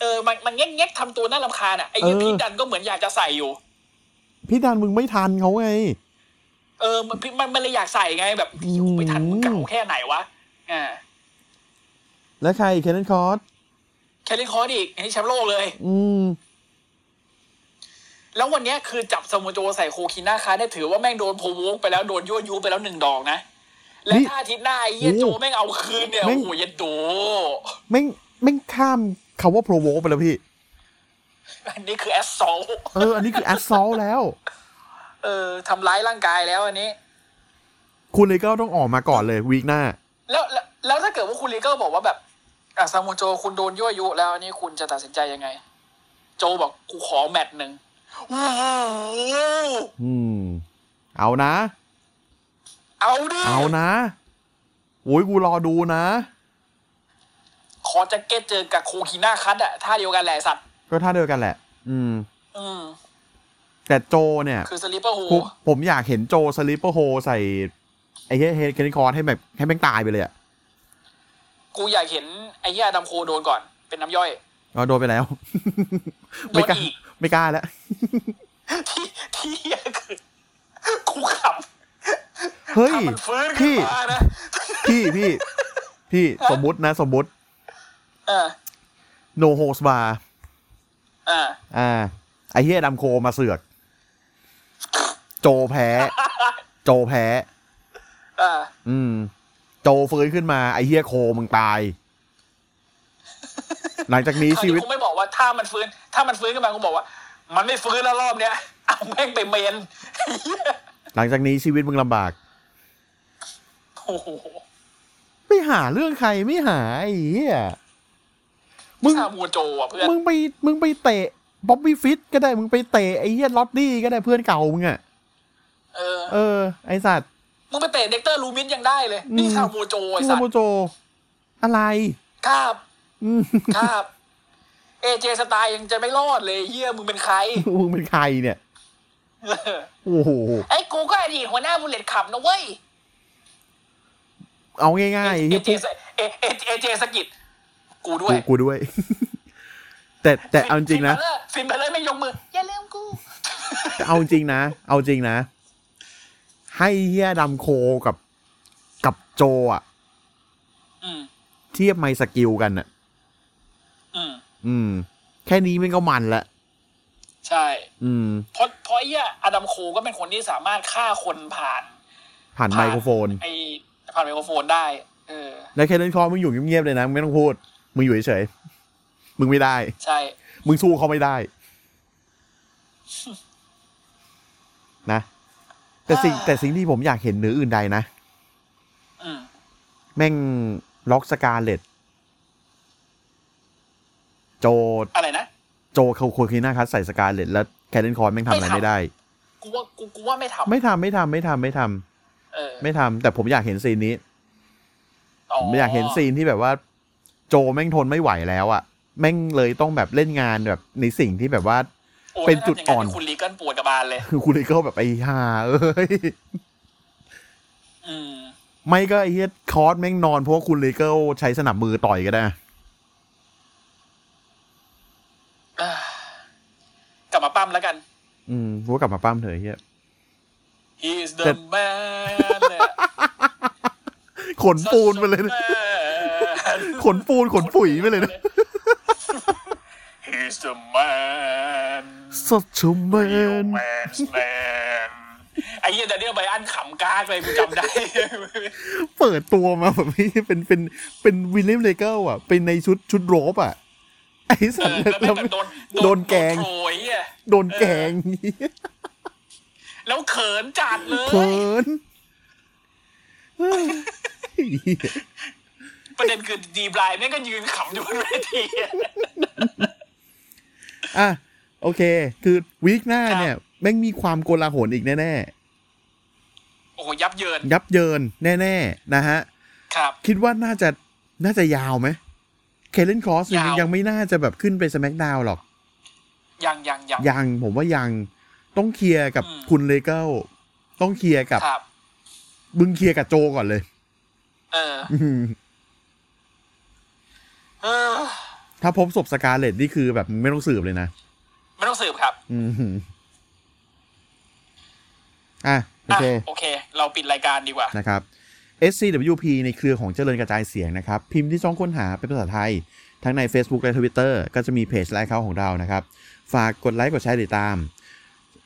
[SPEAKER 2] เออ มันมันแง่แง่ทำตัวน่ารำคาญอ่ะไอ้เฮีย
[SPEAKER 1] เออ
[SPEAKER 2] พีทดันก็เหมือนอยากจะใส่อยู่
[SPEAKER 1] พี่ดันมึงไม่ทันเขาไง
[SPEAKER 2] เออ มันพี่มันมันเลยอยากใส่ไงแบบ
[SPEAKER 1] อืม
[SPEAKER 2] อยู่ไม่ทันมึงเก่าแค่ไหนวะ อ่า
[SPEAKER 1] และใครเคนนันคอร์ส
[SPEAKER 2] แคลินคอร์ดอีกอันนี้แชมป์โลกเลย
[SPEAKER 1] อืม
[SPEAKER 2] แล้ววันเนี้ยคือจับสมุโจใส่โคคิน่าคาได้ถือว่าแม่งโดนโพวงไปแล้วโดนยั่วยุไปแล้วหนึ่งดอกนะ และ
[SPEAKER 1] นี่
[SPEAKER 2] ถ้าอาทิตย์หน้าไอ้เหี้ย
[SPEAKER 1] โอ้
[SPEAKER 2] โจแม่งเอาคืนเนี่ย
[SPEAKER 1] แม่ง
[SPEAKER 2] โอ้โหเยันโด
[SPEAKER 1] แม่ง แม่งข้ามคาว่าโปรโวไปแล้วพี่
[SPEAKER 2] อันนี้คือแอสโซ
[SPEAKER 1] เออ อันนี้คือแอสซอลแล้ว
[SPEAKER 2] เออทำร้ายร่างกายแล้วอันนี้
[SPEAKER 1] คุณเลยก็ต้องออกมาก่อนเลยวีคหน้า
[SPEAKER 2] แล้วแล้วแล้วถ้าเกิดว่าคุณลีเกอร์บอกว่าแบบอ่ะซามูโจคุณโดนยั่วยุแล้วอันนี้คุณจะตัดสินใจยังไง โจบอกกูขอแมตช์หนึ่ง
[SPEAKER 1] อืม เอานะ
[SPEAKER 2] เอาดิ
[SPEAKER 1] เอานะโอ้ยกูรอดูนะ
[SPEAKER 2] ขอแจ็คเก็ตเจอกับโคคิน่าคัตอะท่าเดียวกันแหละไอ้สัตว์
[SPEAKER 1] ก็ท่าเดียวกันแหละ อืม
[SPEAKER 2] อืม
[SPEAKER 1] แต่โจเนี่ย
[SPEAKER 2] คือสลิปเปอร์โฮ
[SPEAKER 1] ผมผมอยากเห็นโจสลิปเปอร์โฮใส่ ไอ้เฮดเฮดเคนคอร์ให้แบบให้แม่งตายไปเลยอ่ะ
[SPEAKER 2] กูอยากเห็นไอ้เหี้ยดำโคโดนก่อน เป็นน้ำย่ [laughs] อย
[SPEAKER 1] อ๋อโดนไปแล้ว
[SPEAKER 2] โด
[SPEAKER 1] ไม่
[SPEAKER 2] น
[SPEAKER 1] กล้า
[SPEAKER 2] อีก
[SPEAKER 1] ไม่กล้าแล้ว
[SPEAKER 2] ที่ที่เหี้ยคือกูขับ
[SPEAKER 1] เฮ้ย
[SPEAKER 2] ถ้ามันฟื้นขึ้น
[SPEAKER 1] พี่
[SPEAKER 2] มานะ
[SPEAKER 1] พี่พี่ พี่สมมุตินะ สมมุติ
[SPEAKER 2] เออ
[SPEAKER 1] no holds bar
[SPEAKER 2] อ่า
[SPEAKER 1] อ่า ไอ้เฮียดำโคมาเสือก โจแพ้ โจแพ้
[SPEAKER 2] อ่า
[SPEAKER 1] อืม โจฟื้นขึ้นมา ไอ้เฮียโคมึง
[SPEAKER 2] [laughs]
[SPEAKER 1] ตาย หลังจากนี้
[SPEAKER 2] คราว
[SPEAKER 1] ชีวิ
[SPEAKER 2] นี้
[SPEAKER 1] ต
[SPEAKER 2] กูไม่บอกว่าถ้ามันฟื้น ถ้ามันฟื้นขึ้นมากูบอกว่า มันไม่ฟื้นแล้วรอบเนี้ย [laughs] เอาแม่งไปเมน [laughs]
[SPEAKER 1] หลังจากนี้ชีวิตมึงลำบาก
[SPEAKER 2] โอ้โห
[SPEAKER 1] ไม่หาเรื่องใครไม่หาไอ้เหี้ยมึง
[SPEAKER 2] ซามูโจอ่ะเพื่อน
[SPEAKER 1] มึงไปมึงไปเตะบ๊อบบี้ฟิตก็ได้มึงไปเตะไอ้เหี้ยล็อตดี้ก็ได้เพื่อนเก่ามึงอะ
[SPEAKER 2] เออ
[SPEAKER 1] เออ ไอสัตว์
[SPEAKER 2] มึงไปเตะเด็กเตอร์ลูมินยังได้เลย
[SPEAKER 1] อืม
[SPEAKER 2] นี่ซามูโจไอ้
[SPEAKER 1] ที่
[SPEAKER 2] สั
[SPEAKER 1] ซา
[SPEAKER 2] ต
[SPEAKER 1] มู
[SPEAKER 2] ว์
[SPEAKER 1] โจ อะไร [laughs]
[SPEAKER 2] ครับ
[SPEAKER 1] อืม
[SPEAKER 2] ครับเอเจสไตล์ยังจะไม่รอดเลยเฮียมึงเป็นใคร [laughs]
[SPEAKER 1] มึงเป็นใครเนี่ย โอ้โห
[SPEAKER 2] ไอ้กูก็อดีตหัวหน้าบุลเลตขับนะเว้ย
[SPEAKER 1] เอาง่ายๆไอ้
[SPEAKER 2] เอ
[SPEAKER 1] เหี้ย
[SPEAKER 2] เจ
[SPEAKER 1] พวก
[SPEAKER 2] สเอเอเอเจสกิดกูด้ว
[SPEAKER 1] กู
[SPEAKER 2] ย
[SPEAKER 1] กูด้วย [laughs] แต่แต่เอาจริงๆนะ
[SPEAKER 2] ฟินไปเลยไม่ยกมือ อย่าลืมกู
[SPEAKER 1] แต่เอาจริงนะ เอาจริงนะ ให้เฮียดำโคกับกับโจอะ
[SPEAKER 2] อืม
[SPEAKER 1] เทียบไมค์สกิลกันอะ
[SPEAKER 2] อืม
[SPEAKER 1] อืม แค่นี้มันก็มันละ
[SPEAKER 2] ใช่
[SPEAKER 1] อืม
[SPEAKER 2] เพราะเพราะไอ้เหี้ยอดัมโคก็เป็นคนที่สามารถฆ่าคนผ่าน
[SPEAKER 1] ผ่านไมโครโฟน
[SPEAKER 2] ไอผ่านไมโครโฟนได้ เออ
[SPEAKER 1] แล้วแค่เล่นคอมึงอยู่เงียบๆเลยนะมึงไม่ต้องพูด มึงอยู่เฉยๆมึงไม่ได้
[SPEAKER 2] ใช่
[SPEAKER 1] มึงสู้เขาไม่ได้ นะ แต่สิ่งแต่สิ่งที่ผมอยากเห็นเหนืออื่นใดนะ
[SPEAKER 2] อืม
[SPEAKER 1] แม่งล็อกสกาเลตโจ
[SPEAKER 2] อะไรนะ
[SPEAKER 1] โจเขาโคคิน่าคัสใส่สกาเลตแล้วแคเดนคอนแม่งทำอะไร
[SPEAKER 2] ไม่ทำ
[SPEAKER 1] ไม่ได้
[SPEAKER 2] กูว่ากูกูว่าไม่ท
[SPEAKER 1] [laughs] ไม่ทำไม่ทำไม่ทำไม่ทำ
[SPEAKER 2] ำเออ
[SPEAKER 1] ไม่ทำแต่ผมอยากเห็นซีนนี้
[SPEAKER 2] อ๋อ
[SPEAKER 1] ผมอยากเห็นซีนที่แบบว่า โจแม่งทนไม่ไหวแล้วอะแม่งเลยต้องแบบเล่นงานแบบในสิ่งที่แบบว่า
[SPEAKER 2] โย
[SPEAKER 1] เป็นจุดอ่อน
[SPEAKER 2] ถ้าย่างคุณลีเกิลปวดกระบาลเลย
[SPEAKER 1] คือคุณเลยก็แบบไอ้ห่าเอ้ย [laughs]
[SPEAKER 2] อืม
[SPEAKER 1] ไม่ก็ไอ้เฮียคอร์สแม่งนอนเพราะว่าคุณเลยก็ใช้สนับมือต่อยก็ได้
[SPEAKER 2] กลับมาปั้มแล้วกัน
[SPEAKER 1] อืมกูว่ากลับมาปั้มเถอะไอ้เฮีย
[SPEAKER 2] he's
[SPEAKER 1] แต่
[SPEAKER 2] the man เนี่ย
[SPEAKER 1] [laughs] ขนปูนไปเลยนะ [laughs] ขนปูนขนปุ๋ยไปเลยนะ
[SPEAKER 2] [laughs] He's the man
[SPEAKER 1] [laughs] สัตว์ชมแม
[SPEAKER 2] real
[SPEAKER 1] น
[SPEAKER 2] man's man ไอ้เหี้ยแต่เนี่ยไปอันขำกากเลยกูจำได้
[SPEAKER 1] [laughs] เปิดตัวมาแบบนี้ [laughs] เป็นเป็นเป็นวิลเลียมเลเกลอ่ะ เป็นในชุดชุดโรบอ่ะ ไอ้สั
[SPEAKER 2] เอ
[SPEAKER 1] ตว์
[SPEAKER 2] อแล้วแม่งแบบโดน
[SPEAKER 1] โดนแกง
[SPEAKER 2] โอ้ยอ่ะ
[SPEAKER 1] โดนแกง
[SPEAKER 2] แล้วเขินจัดเล
[SPEAKER 1] เขิ
[SPEAKER 2] ย
[SPEAKER 1] นเฮ้ย
[SPEAKER 2] ประเด็นคือดีบลายแม่งก็ยืนขำอยู่บนเวทีอะ
[SPEAKER 1] อ่ะ โอเค คือวีคหน้าเนี่ย แม่งมีความโกลาหลอีกแน่
[SPEAKER 2] โอ้โหยับเยิน
[SPEAKER 1] ๆ ยับเยินแน่ ๆ นะฮะ
[SPEAKER 2] ครับ
[SPEAKER 1] คิดว่าน่าจะน่าจะยาวไหมเคเลนคอส
[SPEAKER 2] ยาว
[SPEAKER 1] ยังไม่น่าจะแบบขึ้นไปสแมกดาวหรอก
[SPEAKER 2] ยังยังยัง
[SPEAKER 1] ยังผมว่ายังต้องเคลียร์กับ
[SPEAKER 2] อืม
[SPEAKER 1] คุณเลเกลต้องเคลียร์กับ
[SPEAKER 2] ครับ
[SPEAKER 1] มึงเคลียร์กับโจก่อนเลย [laughs]
[SPEAKER 2] เออ
[SPEAKER 1] อื้อหือ
[SPEAKER 2] เออ
[SPEAKER 1] ถ้าพบศพสกาเลตนี่คือแบบมึงไม่ต้องสืบเลยนะ
[SPEAKER 2] ไม่ต้องสืบครับ
[SPEAKER 1] อื้อหืออ่ะ โอ
[SPEAKER 2] อ่ะ
[SPEAKER 1] เค
[SPEAKER 2] โอเค เราปิดรายการดีกว่า
[SPEAKER 1] นะครับ SCWP ในเครือของเจริญกระจายเสียงนะครับ พิมพ์ที่ช่องค้นหาเป็นภาษาไทย ทั้งใน Facebook และ Twitter ก็จะมีเพจและแอคเคาของเรานะครับ ฝากกดไลค์กดแชร์ติดตาม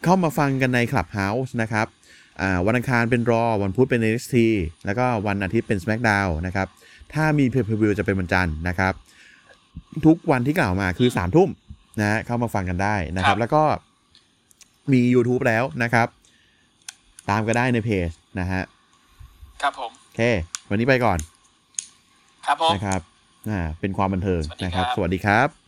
[SPEAKER 1] เข้ามาฟังกันใน Clubhouse นะครับอ่าวันอังคารเป็นรอวันพุธเป็น NXT แล้วก็วันอาทิตย์เป็น SmackDown นะครับ ถ้ามีเพ r ย์ e ิวจะเป็นวันจันทร์นะครับ ทุกวันที่กล่าวมาคือสามทุ่มนะฮะเข้ามาฟังกันได้นะครับ
[SPEAKER 2] ครับ
[SPEAKER 1] แล้วก็มี YouTube แล้วนะครับ ตามก็ได้ในเพจนะฮะ
[SPEAKER 2] ครับผม
[SPEAKER 1] โอเค วันนี้ไปก่อน
[SPEAKER 2] ครับผม
[SPEAKER 1] นะครับอ่าเป็นความบันเทิงนะครับ
[SPEAKER 2] ส
[SPEAKER 1] ส
[SPEAKER 2] วั
[SPEAKER 1] วั
[SPEAKER 2] ส
[SPEAKER 1] ส
[SPEAKER 2] ดี
[SPEAKER 1] ดี
[SPEAKER 2] ค
[SPEAKER 1] ค
[SPEAKER 2] รั
[SPEAKER 1] รับ บ